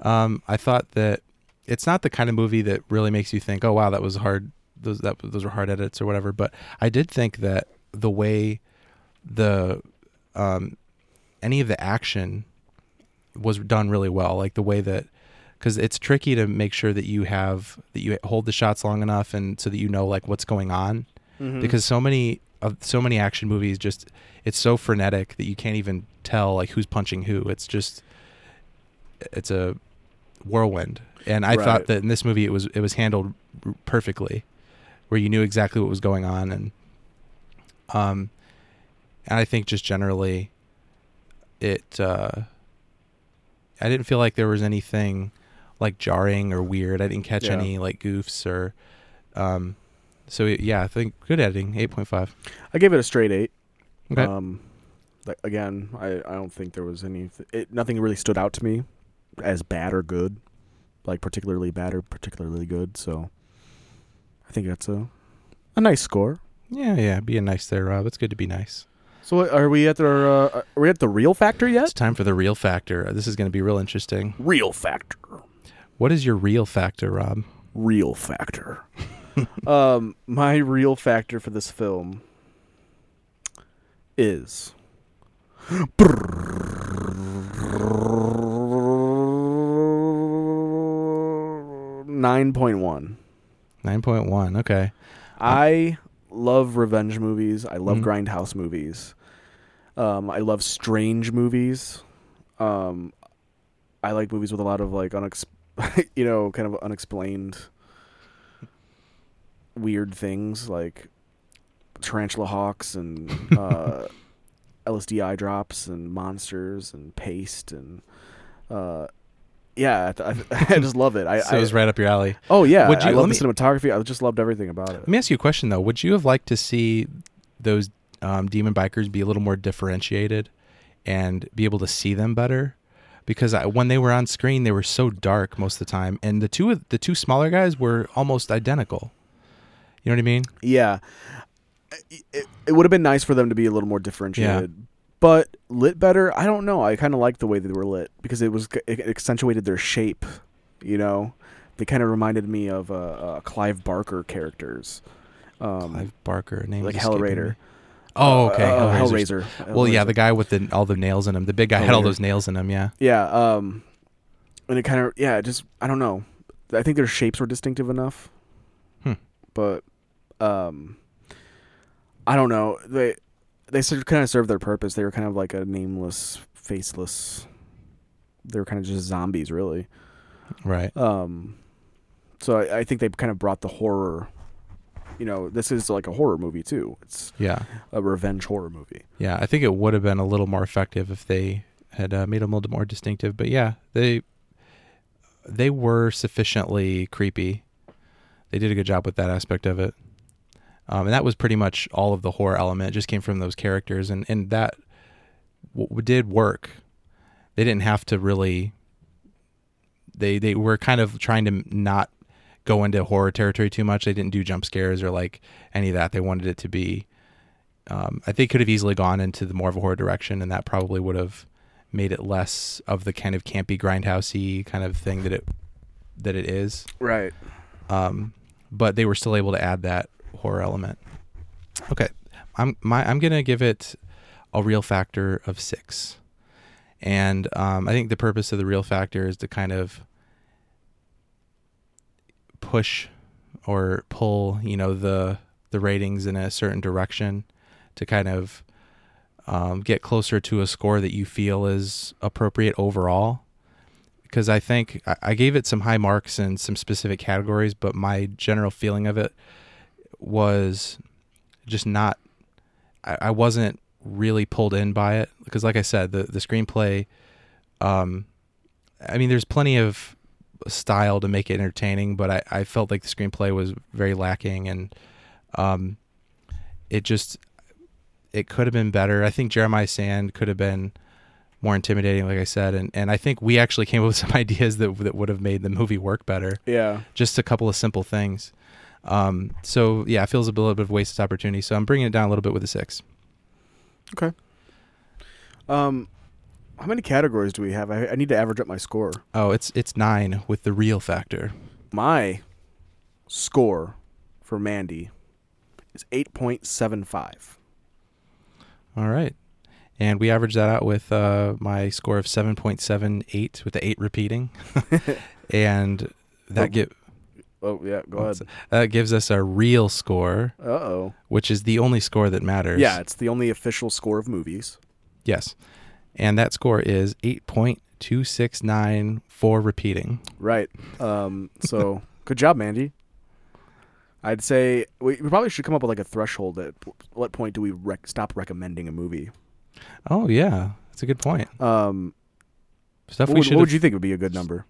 Um, I thought that it's not the kind of movie that really makes you think, "Oh wow, that was hard. Those that those were hard edits or whatever." But I did think that the way the um, any of the action was done really well, like the way that because it's tricky to make sure that you have that you hold the shots long enough and so that you know like what's going on Mm-hmm. because so many of so many action movies just it's so frenetic that you can't even tell like who's punching who it's just it's a whirlwind and i Right. thought that in this movie it was it was handled r- perfectly where you knew exactly what was going on and um and i think just generally it uh i didn't feel like there was anything like jarring or weird i didn't catch Yeah. any like goofs or um so yeah, I think good editing, eight point five. I gave it a straight eight. Okay. Um, like, again, I, I don't think there was any it, nothing really stood out to me as bad or good, like particularly bad or particularly good. So I think that's a a nice score. yeah, yeah, being nice there, Rob. It's good to be nice. So what- are we at the uh, are we at the real factor It's yet? time for the real factor. This is going to be real interesting. Real factor. What is your real factor, Rob? Real factor. [LAUGHS] um, my real factor for this film is. [GASPS] Nine point one. Nine point one. Okay. I love revenge movies. I love Mhm. grindhouse movies. Um, I love strange movies. Um, I like movies with a lot of like unex, [LAUGHS] you know, kind of unexplained weird things like tarantula hawks [LAUGHS] and uh, LSD eye drops and monsters and paste and uh, yeah, I, [LAUGHS] th- I, th- I just love it. I, so it I was right up your alley. oh yeah, Would you- I let love me- the cinematography. I just loved everything about it. Let me ask you a question though. Would you have liked to see those um, demon bikers be a little more differentiated and be able to see them better? Because I, when they were on screen, they were so dark most of the time, and the two of- the two smaller guys were almost identical. You know what I mean? Yeah. It- It, it would have been nice for them to be a little more differentiated. But lit better, I don't know. I kind of liked the way they were lit because it was it accentuated their shape, you know. They kind of reminded me of uh, uh, Clive Barker characters. Um Clive Barker, name like is escaping Hellraiser. me. Oh, Uh, okay, uh, Hellraiser's- Hellraiser. Well, yeah, Hellraiser. the guy with the, all the nails in him. The big guy had all Hellraiser. those nails in him. Yeah, Yeah, um and it kind of yeah, it just I don't know. I think their shapes were distinctive enough. Hmm. But um I don't know. They they sort of kind of served their purpose. They were kind of like a nameless, faceless they were kind of just zombies really. right. Um so I, I think they kind of brought the horror you know, this is like a horror movie too. It's Yeah, a revenge horror movie. yeah. I think it would have been a little more effective if they had uh, made them a little more distinctive. But yeah, they they were sufficiently creepy. They did a good job with that aspect of it, um, and that was pretty much all of the horror element. It just came from those characters, and and that w- did work. They didn't have to really. They they were kind of trying to not go into horror territory too much. They didn't do jump scares or like any of that. They wanted it to be. Um, I think could have easily gone into the more of a horror direction, and that probably would have made it less of the kind of campy grindhousey kind of thing that it that it is. Right. Um, but they were still able to add that horror element. Okay, I'm my I'm gonna give it a real factor of six, and um, I think the purpose of the real factor is to kind of push or pull, you know, the the ratings in a certain direction to kind of um, get closer to a score that you feel is appropriate overall because I think I- I gave it some high marks in some specific categories, but my general feeling of it was just not. I, I wasn't really pulled in by it because, like I said, the the screenplay. Um, I mean, there's plenty of style to make it entertaining, but I, I felt like the screenplay was very lacking, and um, it just it could have been better. I think Jeremiah Sand could have been more intimidating, like I said, and and I think we actually came up with [LAUGHS] some ideas that that would have made the movie work better. Yeah. Just a couple of simple things. Um, so yeah, it feels a little bit of a wasted opportunity. So I'm bringing it down a little bit with a six. Um how many categories do we have? I, I need to average up my score. Oh, it's it's nine with the real factor. My score for Mandy is 8.75. All right, and we averaged that out with uh, my score of seven point seven eight with the eight repeating, and Well, that get Oh, yeah, go ahead. that gives us a real score, Uh oh. which is the only score that matters. Yeah, it's the only official score of movies. Yes. And that score is 8.269 for repeating. Right. Um, so, [LAUGHS] good job, Mandy. I'd say we, we probably should come up with like a threshold at p- what point do we rec- stop recommending a movie? Oh, yeah. That's a good point. Um, Stuff what we would, should what would have- you think would be a good number?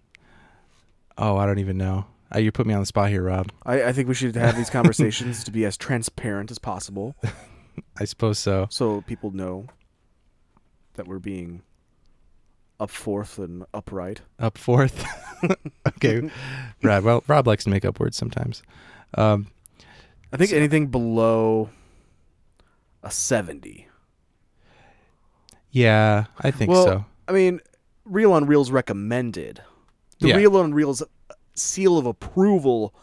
Oh, I don't even know. Uh, you put me on the spot here, Rob. I, I think we should have these conversations to be as transparent as possible I suppose so. so people know that we're being up forth and upright. Up fourth. [LAUGHS] [LAUGHS] okay. Rob, well, Rob likes to make up words sometimes. Um, I think So- anything below a 70. yeah, I think Well, so. I mean, Reel on Reel's recommended. The Yeah. Reel on Reel's seal of approval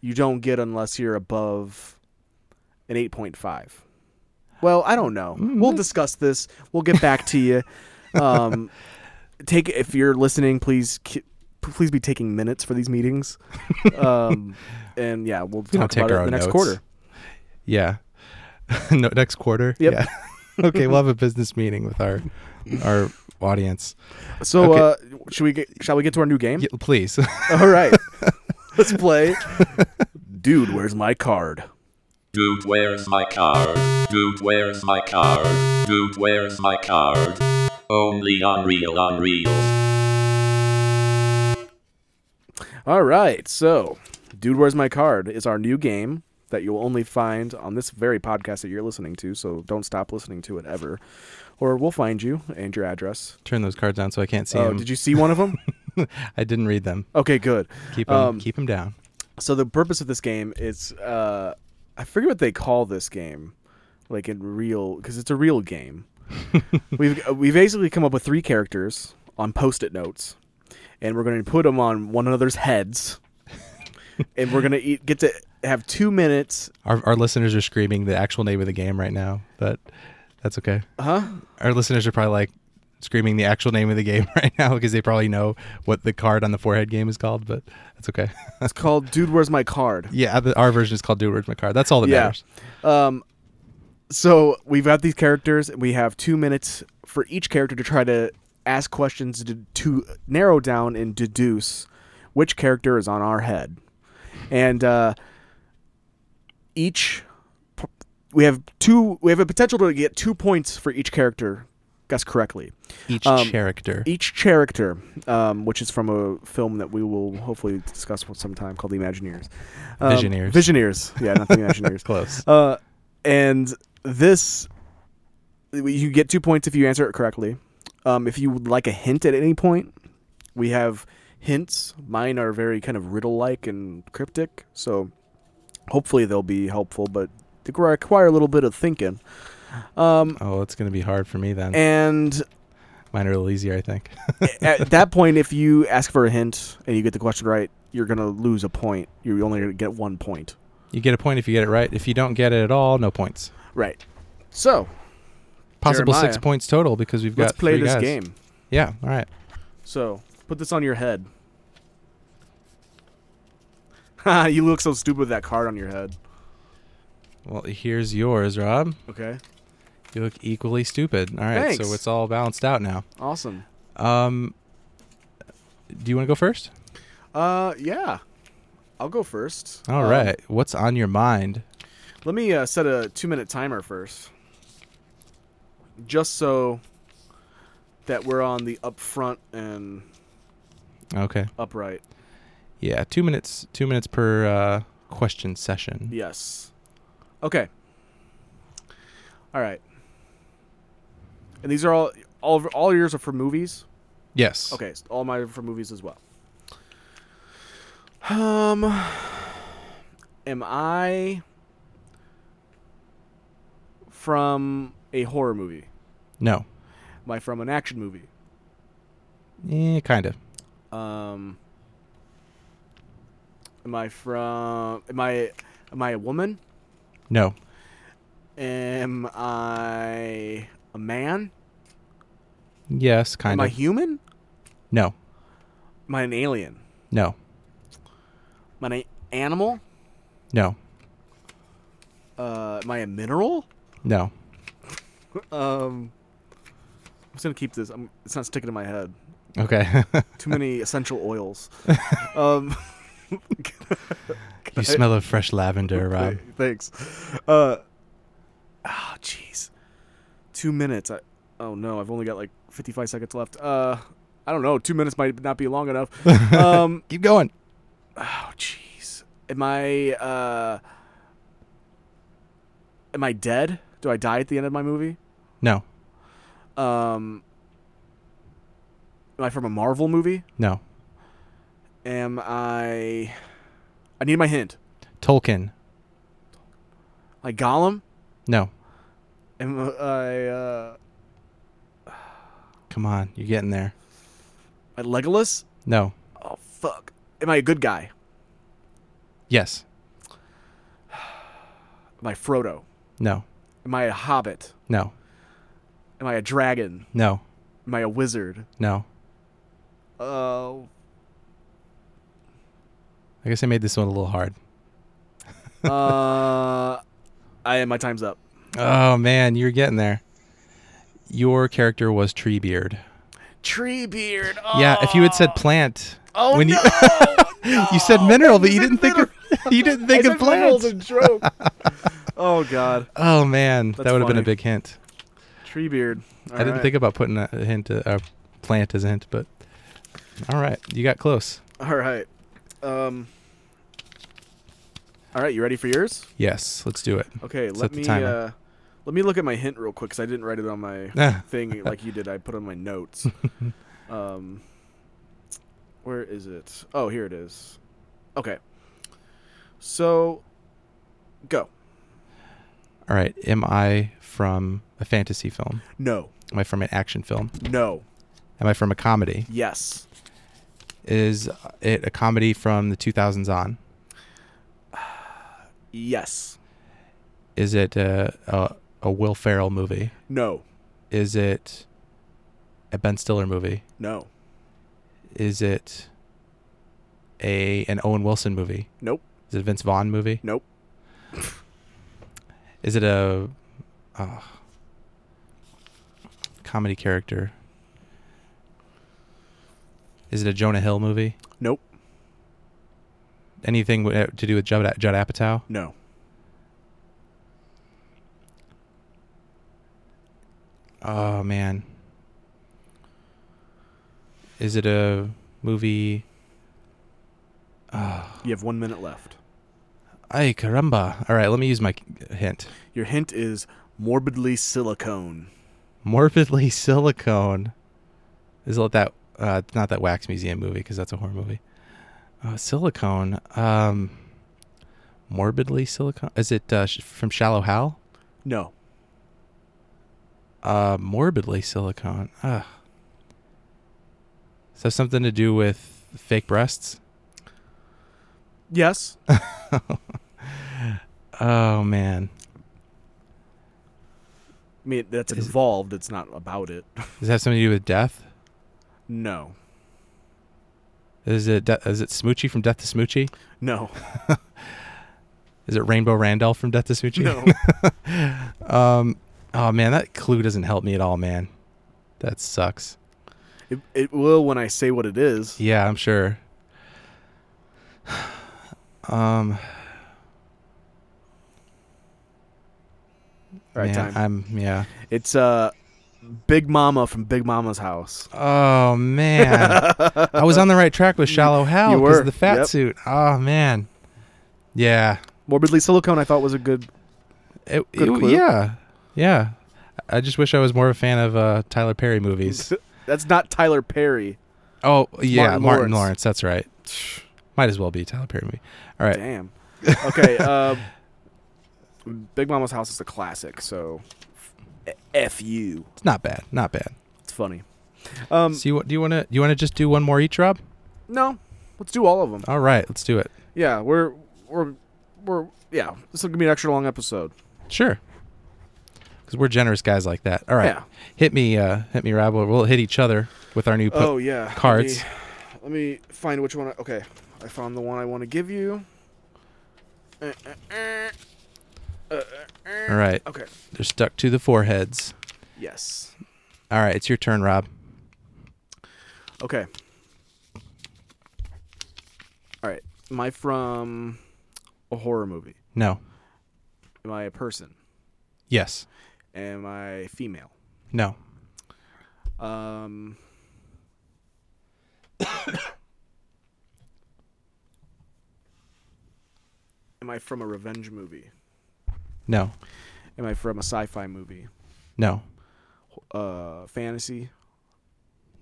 you don't get unless you're above an 8.5. Well, I don't know. Mm, We'll that's- discuss this. We'll get back to [LAUGHS] you. Um, take if you're listening, please ki- please be taking minutes for these meetings. [LAUGHS] Um, and yeah, we'll don't talk take about it our in the own next notes. quarter. Yeah. [LAUGHS] no, next quarter. Yep. [LAUGHS] Yeah. okay, we'll have a business meeting with our our audience. So Okay. uh, should we get, shall we get to our new game? Y- please. [LAUGHS] All right, [LAUGHS] let's play. Dude, where's my card? Dude, where's my card? Dude, where's my card? Dude, where's my card? Only on real, on real. All right, so Dude, Where's My Card is our new game that you'll only find on this very podcast that you're listening to, so don't stop listening to it ever. Or we'll find you and your address. Turn those cards down so I can't see Oh, them. did you see one of [LAUGHS] them? I didn't read them. Okay, good. Keep them, Um, keep them down. So the purpose of this game is uh, I forget what they call this game, like in real because it's a real game. we've we basically come up with three characters on post-it notes, and we're going to put them on one another's heads, and we're going to eat, get to have two minutes. Our, our listeners are screaming the actual name of the game right now, but that's okay. Huh? Our listeners are probably like screaming the actual name of the game [LAUGHS] right now because they probably know what the card on the forehead game is called, but that's okay. [LAUGHS] It's called "Dude, Where's My Card." yeah, the, our version is called Do Where's My Card. That's all that Yeah. matters. Um, so we've got these characters. and We have two minutes for each character to try to ask questions to, to narrow down and deduce which character is on our head, and uh, each p- we have two. We have a potential to get two points for each character guessed correctly. Each Um, character. Each character, um, which is from a film that we will hopefully discuss sometime called The Imagineers. Um, Visioneers. Visioneers. Yeah, not The Imagineers. Close. Uh, and this, you get two points if you answer it correctly. Um, if you would like a hint at any point, we have hints. Mine are very kind of riddle-like and cryptic, so hopefully they'll be helpful, but they require a little bit of thinking. Um, Oh, it's going to be hard for me then. and Mine are a little easier, I think. [LAUGHS] at that point, if you ask for a hint and you get the question right, you're gonna lose a point. You're only gonna get one point. you get a point if you get it right. If you don't get it at all, no points. Right. So Possible six Jeremiah, points total because we've got let's play three this guys. game. Yeah, all right. So, put this on your head. [LAUGHS] Ha, you look so stupid with that card on your head. Well, here's yours, Rob. Okay. You look equally stupid. All right, Thanks. so it's all balanced out now. Awesome. Um, do you want to go first? Uh yeah. I'll go first. All Um, right. What's on your mind? Let me uh, set a 2-minute timer first. Just so that we're on the up front and Okay. upright. Yeah, two minutes. Two minutes per uh, question session. Yes. Okay. All right. And these are all all of- all yours are for movies. Yes. Okay, so all my for movies as well. Um, am I from a horror movie? No. Am I from an action movie? Eh, kind of. Um, am I from? Am I? Am I a woman? No. Am I a man? Yes, kind Am I of. human? no. Am I an alien? No. Am I an animal? No. Uh, am I a mineral? No. Um, I'm just gonna keep this. I'm, it's not sticking to my head. Okay. [LAUGHS] Too many essential oils. Um, you smell of fresh lavender, Rob. thanks. Uh, ah, jeez. Two minutes. I, oh no, I've only got like 55 seconds left. Uh, I don't know. Two minutes might not be long enough. Um, Keep going. oh jeez. Am I uh, am I dead? Do I die at the end of my movie? No. Um, am I from a Marvel movie? No. Am I? I need my hint. Tolkien. Like Gollum. No. Am I? Uh, Come on, you're getting there. like Legolas. No. Oh fuck. Am I a good guy? Yes. Am I Frodo? No. Am I a Hobbit? No. Am I a dragon? No. Am I a wizard? No. Oh. I guess I made this one a little hard. Uh, [LAUGHS] I am. My time's up. Oh man, you're getting there. Your character was Treebeard. Tree beard. Yeah, if you had said plant Oh when [LAUGHS] no, you [LAUGHS] you said mineral, but you said didn't think of [LAUGHS] you didn't I think said of mineral's plants. a [LAUGHS] joke. oh god, Oh man, that That's would have been a funny. big hint. tree beard. I didn't think about putting a hint uh, a plant as a hint, but all right, you got close. All right. Um. All right, you ready for yours? Yes, let's do it. Okay, Set let the me timer. uh, let me look at my hint real quick because I didn't write it on [LAUGHS] my Ah, thing like you did. I put on my [LAUGHS] notes. um, where is it? Oh, here it is. Okay. So, go. all right, am I from a fantasy film? No. Am I from an action film? No. Am I from a comedy? Yes. Is it a comedy from the 2000s on? Yes. Is it a, a, a Will Ferrell movie? No. Is it a Ben Stiller movie? No. Is it a an Owen Wilson movie? Nope. Is it a Vince Vaughn movie? Nope. Is it a uh, comedy character? Is it a Jonah Hill movie? Nope. Anything wi- to do with Judd, Judd Apatow? No. Oh man. Is it a movie? You have one minute left. Ay caramba! All right, let me use my c- hint. Your hint is morbidly silicone. Morbidly [LAUGHS] silicone. Is it that? Uh, it's not that wax museum movie because that's a horror movie. Uh, silicone. Um, morbidly silicone. Is it uh, sh- from Shallow Hal? No. Uh, morbidly silicone. Ugh. So something to do with fake breasts? [LAUGHS] Yes. Oh man, I mean, that's Is- involved. It's not about it. [LAUGHS] does it have something to do with death? No. Is it de- is it Smoochie from Death to Smoochie? [LAUGHS] No. [LAUGHS] Is it Rainbow Randall from Death to Smoochie? No. Um. [LAUGHS] Oh man, that clue doesn't help me at all, man. That sucks. It, it will when I say what it is. Yeah, I'm sure. Um. All right, man, time. I'm yeah. It's uh, Big Mama from Big Mama's house. Oh man, I was on the right track with Shallow [LAUGHS] Hal you because were, of the fat yep. suit. Oh man. Yeah. Morbidly silicone, I thought was a [LAUGHS] good. It, Good it- clue. Yeah. Yeah. I just wish I was more a fan of uh, Tyler [LAUGHS] Perry movies. That's not Tyler Perry. oh yeah, Martin, Martin Lawrence. Lawrence. That's right. [SIGHS] Might as well be a Tyler Perry movie. All right. Damn. [LAUGHS] Okay. Uh, Big Mama's house is a classic, so f- f you. It's not bad. Not bad. It's funny. Um, So you, wa- do you want to you want to just do one more each, Rob? no, let's do all of them. All right, let's do it. Yeah, we're we're we're yeah. This is gonna be an extra long episode. Sure. Because we're generous guys like that. All right, Yeah. hit me, uh, hit me, Rob. We'll- We'll hit each other with our new po- oh yeah. Let cards. me- Let me, find which one. I, okay, I found the one I want to give you. Uh, uh, uh. Uh, uh, uh. All right, Okay. they're stuck to the foreheads. Yes. All right, it's your turn, Rob. Okay. All right. Am I from a horror movie? No. Am I a person? Yes. Am I female? No. Um. [COUGHS] am I from a revenge movie? No. Am I from a sci-fi movie? No. Uh, fantasy,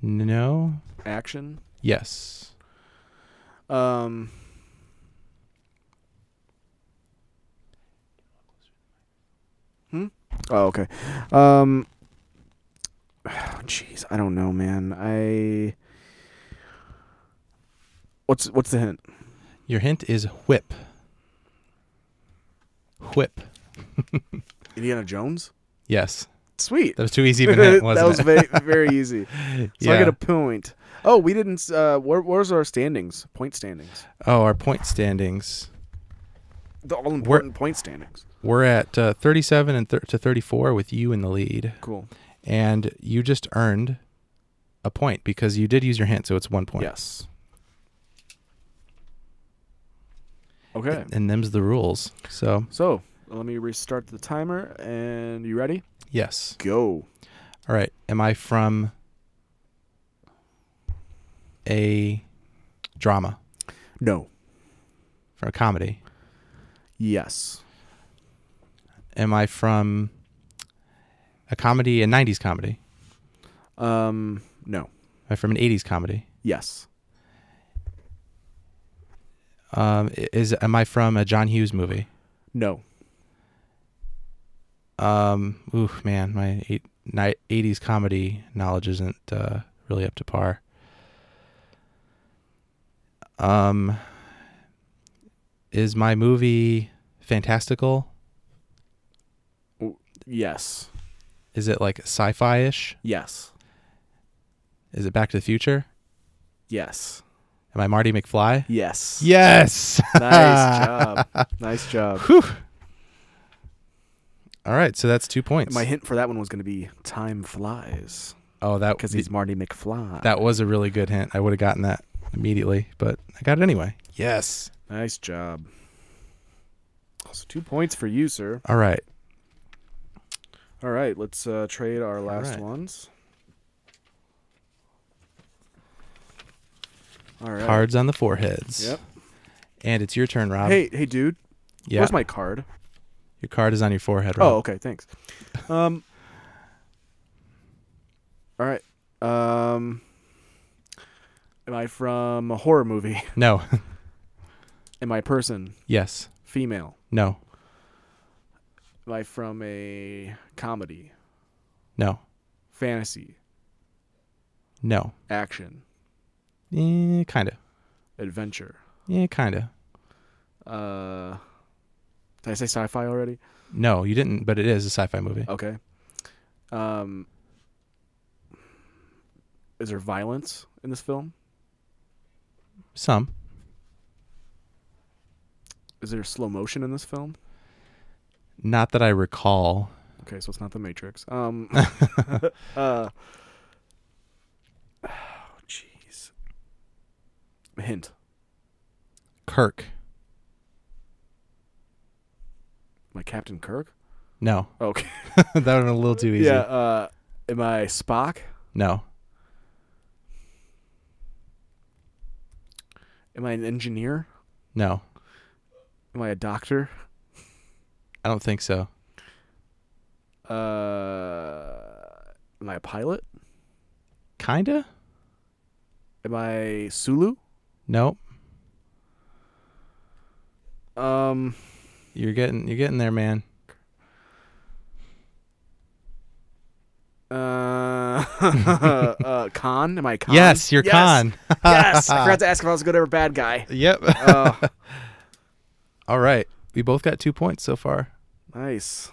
No. action. Yes. Um. Hmm. Oh, okay. Um. [SIGHS] Jeez, I don't know, man. I. What's what's the hint? Your hint is whip. Whip. Indiana Jones. Yes. Sweet. That was too easy of a hint, [LAUGHS] that wasn't was it? [LAUGHS] very, very easy. So I Yeah. get a point. Oh, we didn't. Uh, where, where's our standings? Point standings. oh, our point standings. The all important point standings. We're at uh, 37 and thir- to 34 with you in the lead. Cool. and you just earned a point because you did use your hint, so it's one point. Yes. Okay. And them's the rules. So So let me restart the timer. And you ready? yes. Go. All right. Am I from a drama? No. From a comedy? Yes. Am I from a comedy, a '90s comedy? Um. No. Am I from an '80s comedy? Yes. Um, i- is am I from a John Hughes movie? No. Um, ooh, man, my eight, ni- 80s comedy knowledge isn't uh, really up to par. Um, is my movie fantastical? Yes. Is it like sci-fi ish? Yes. Is it Back to the Future? Yes. Am I Marty McFly? Yes. [LAUGHS] Yes. Nice job. Nice job. All right, so that's two points. My hint for that one was going to be time flies [LAUGHS] oh, that because he's Marty McFly. that was a really good hint. I would have gotten that immediately, but I got it anyway. Yes. nice job. So two points for you, sir. All right. All right, let's uh, trade our last right. ones. All right. Cards on the foreheads. Yep. And it's your turn, Rob. Hey, hey, dude. um, yeah. Where's my card? Your card is on your forehead, Oh, Rob. okay. Thanks. Um. all right. Um. Am I from a horror movie? [LAUGHS] No. [LAUGHS] Am I person? yes. Female? No. Am I from a comedy? No. Fantasy? No. Action? Eh, kind of. Adventure? Yeah, kind of. Uh. Did I say sci-fi already? No, you didn't, but it is a sci-fi movie. Okay. Um. Is there violence in this film? Some. Is there slow motion in this film? Not that I recall. Okay, so it's not the Matrix. Um, [LAUGHS] uh, [SIGHS] oh, jeez. Hint. Kirk. My Captain Kirk. No. [LAUGHS] Okay. [LAUGHS] that would have been a little too easy. Yeah. Uh, am I Spock? No. Am I an engineer? No. Am I a doctor? I don't think so. Uh, am I a pilot? Kinda? Am I Sulu? No. Um, You're getting you're getting there, man. uh, [LAUGHS] uh, Khan? Am I Khan? Yes, you're Yes! Khan. [LAUGHS] yes, I forgot to ask if I was a good or a bad guy. Yep. [LAUGHS] Uh, All right. We both got two points so far. nice.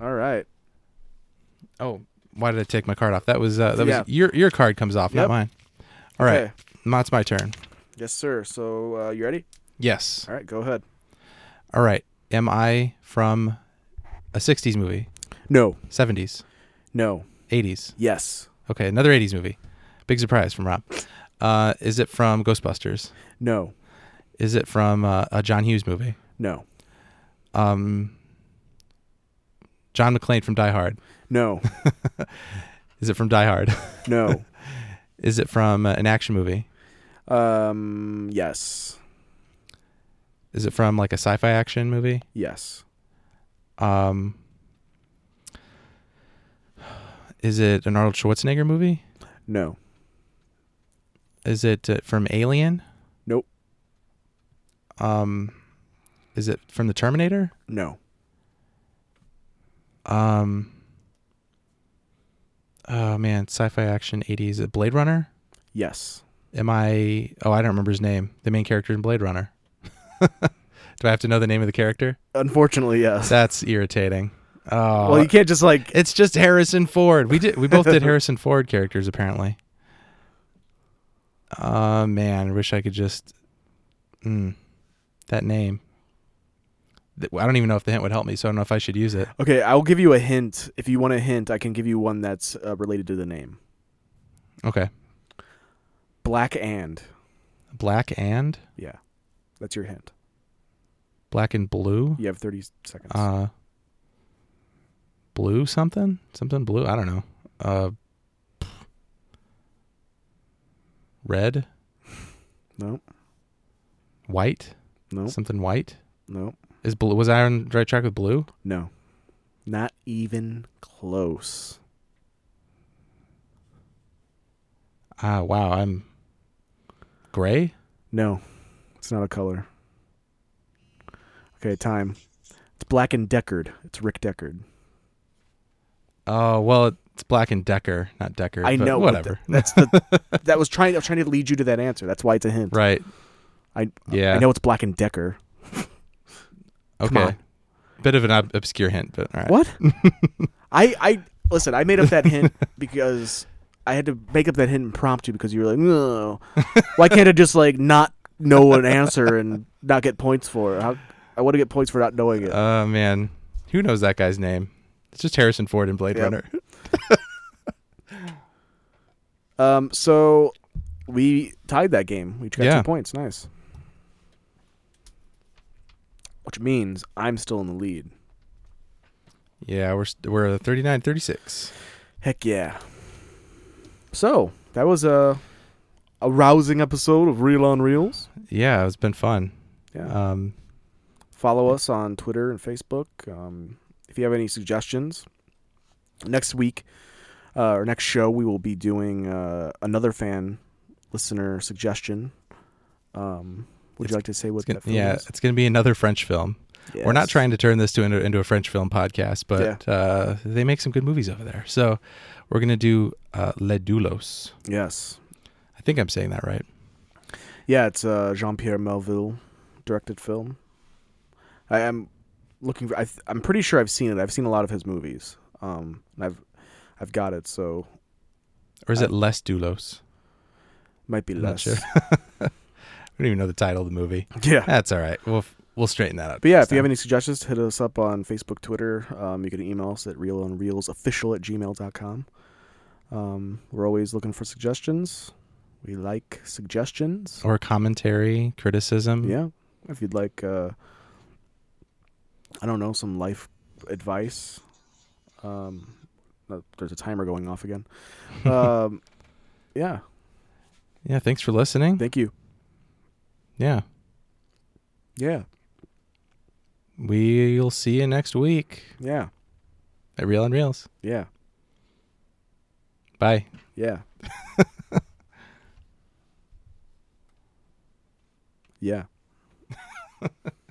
All right. Oh, why did I take my card off? That was uh, that Yeah. was your your card comes off, Yep. not mine. All right, Okay. now it's my turn. Yes, sir. So uh, you ready? Yes. All right, go ahead. All right. Am I from a '60s movie, No, '70s, no, '80s? yes, Okay, another '80s movie. Big surprise from Rob. Uh, is it from Ghostbusters? no, Is it from uh, a John Hughes movie? no, Um, John McClane from Die Hard. no, Is it from Die Hard? [LAUGHS] no. is it from uh, an action movie? um, yes, Is it from like a sci-fi action movie? yes, Um, is it an Arnold Schwarzenegger movie? no, Is it uh, from Alien? nope, Um, is it from The Terminator? no. Um, oh man, sci-fi action '80s. uh, Blade Runner? Yes, Am I? Oh, I don't remember his name. The main character in Blade Runner. [LAUGHS] Do I have to know the name of the character? unfortunately, yes. That's irritating. Oh, well, you can't just like it's just Harrison Ford. We did. We both did Harrison Ford characters apparently. Oh man, I wish I could just. Mm, that name. Th- I don't even know if the hint would help me, so I don't know if I should use it. Okay, I'll give you a hint. If you want a hint, I can give you one that's uh, related to the name. Okay. Black and Black and yeah, that's your hint. black and blue. You have thirty seconds. Uh, blue something? Something blue? I don't know. Uh, pff. red? no, White? no, Something white? no, Is blue? Was I on the right track with blue? no. Not even close. Ah, wow. I'm gray. No, it's not a color. Okay, time. It's Black and Deckard. It's Rick [LAUGHS] Deckard. Oh well, it's black and Decker, not Decker. I but know, but Whatever. That's the that was trying. I was trying to lead you to that answer. That's why it's a hint. [LAUGHS] right. I Yeah. I know it's Black and Decker. Okay. on. Bit of an ob- obscure hint, but all right. What? [LAUGHS] I I listen. I made up that hint because I had to make up that hint impromptu because you were like, no, why can't I just like not know an answer and not get points for it? How, I want to get points for not knowing it. Oh man, who knows that guy's name? It's just Harrison Ford in Blade Yep. Runner. [LAUGHS] Um, so we tied that game. We each got Yeah. two points. Nice. Which means I'm still in the lead. Yeah, we're st- we're 39 36. Heck yeah. So that was a a rousing episode of Reel on Reels. Yeah, it's been fun. Yeah. Um Follow us on Twitter and Facebook. Um, if you have any suggestions, next week uh, or next show, we will be doing uh, another fan listener suggestion. Um, would It's- you like to say what it's gonna, that film yeah, is? it's going to be another French film. We're not Yes. trying to turn this to into, into a French film podcast, but uh, they make some good movies over there. So, we're going to do uh, Les Doulos. Yes. I think I'm saying that right. Yeah, it's a Jean-Pierre Melville directed film. I am looking for I th- I'm pretty sure I've seen it. I've seen a lot of his movies. Um and I've I've got it, so Or Uh, is it Les Doulos? it might be I'm less. not sure. I don't even know the title of the movie. [LAUGHS] Yeah. That's all right. We'll f- we'll straighten that out. But yeah, next if you have time. any suggestions, hit us up on Facebook, Twitter. Um, you can email us at reelonreelsofficial at gmail.com. Um, we're always looking for suggestions. We like suggestions. or commentary, criticism. Yeah. If you'd like, uh, I don't know, some life advice. Um, no, there's a timer going off again. Um, yeah. Yeah, thanks for listening. Thank you. yeah. Yeah. We'll see you next week Yeah. at Reel on Reels. Yeah. Bye. Yeah. yeah.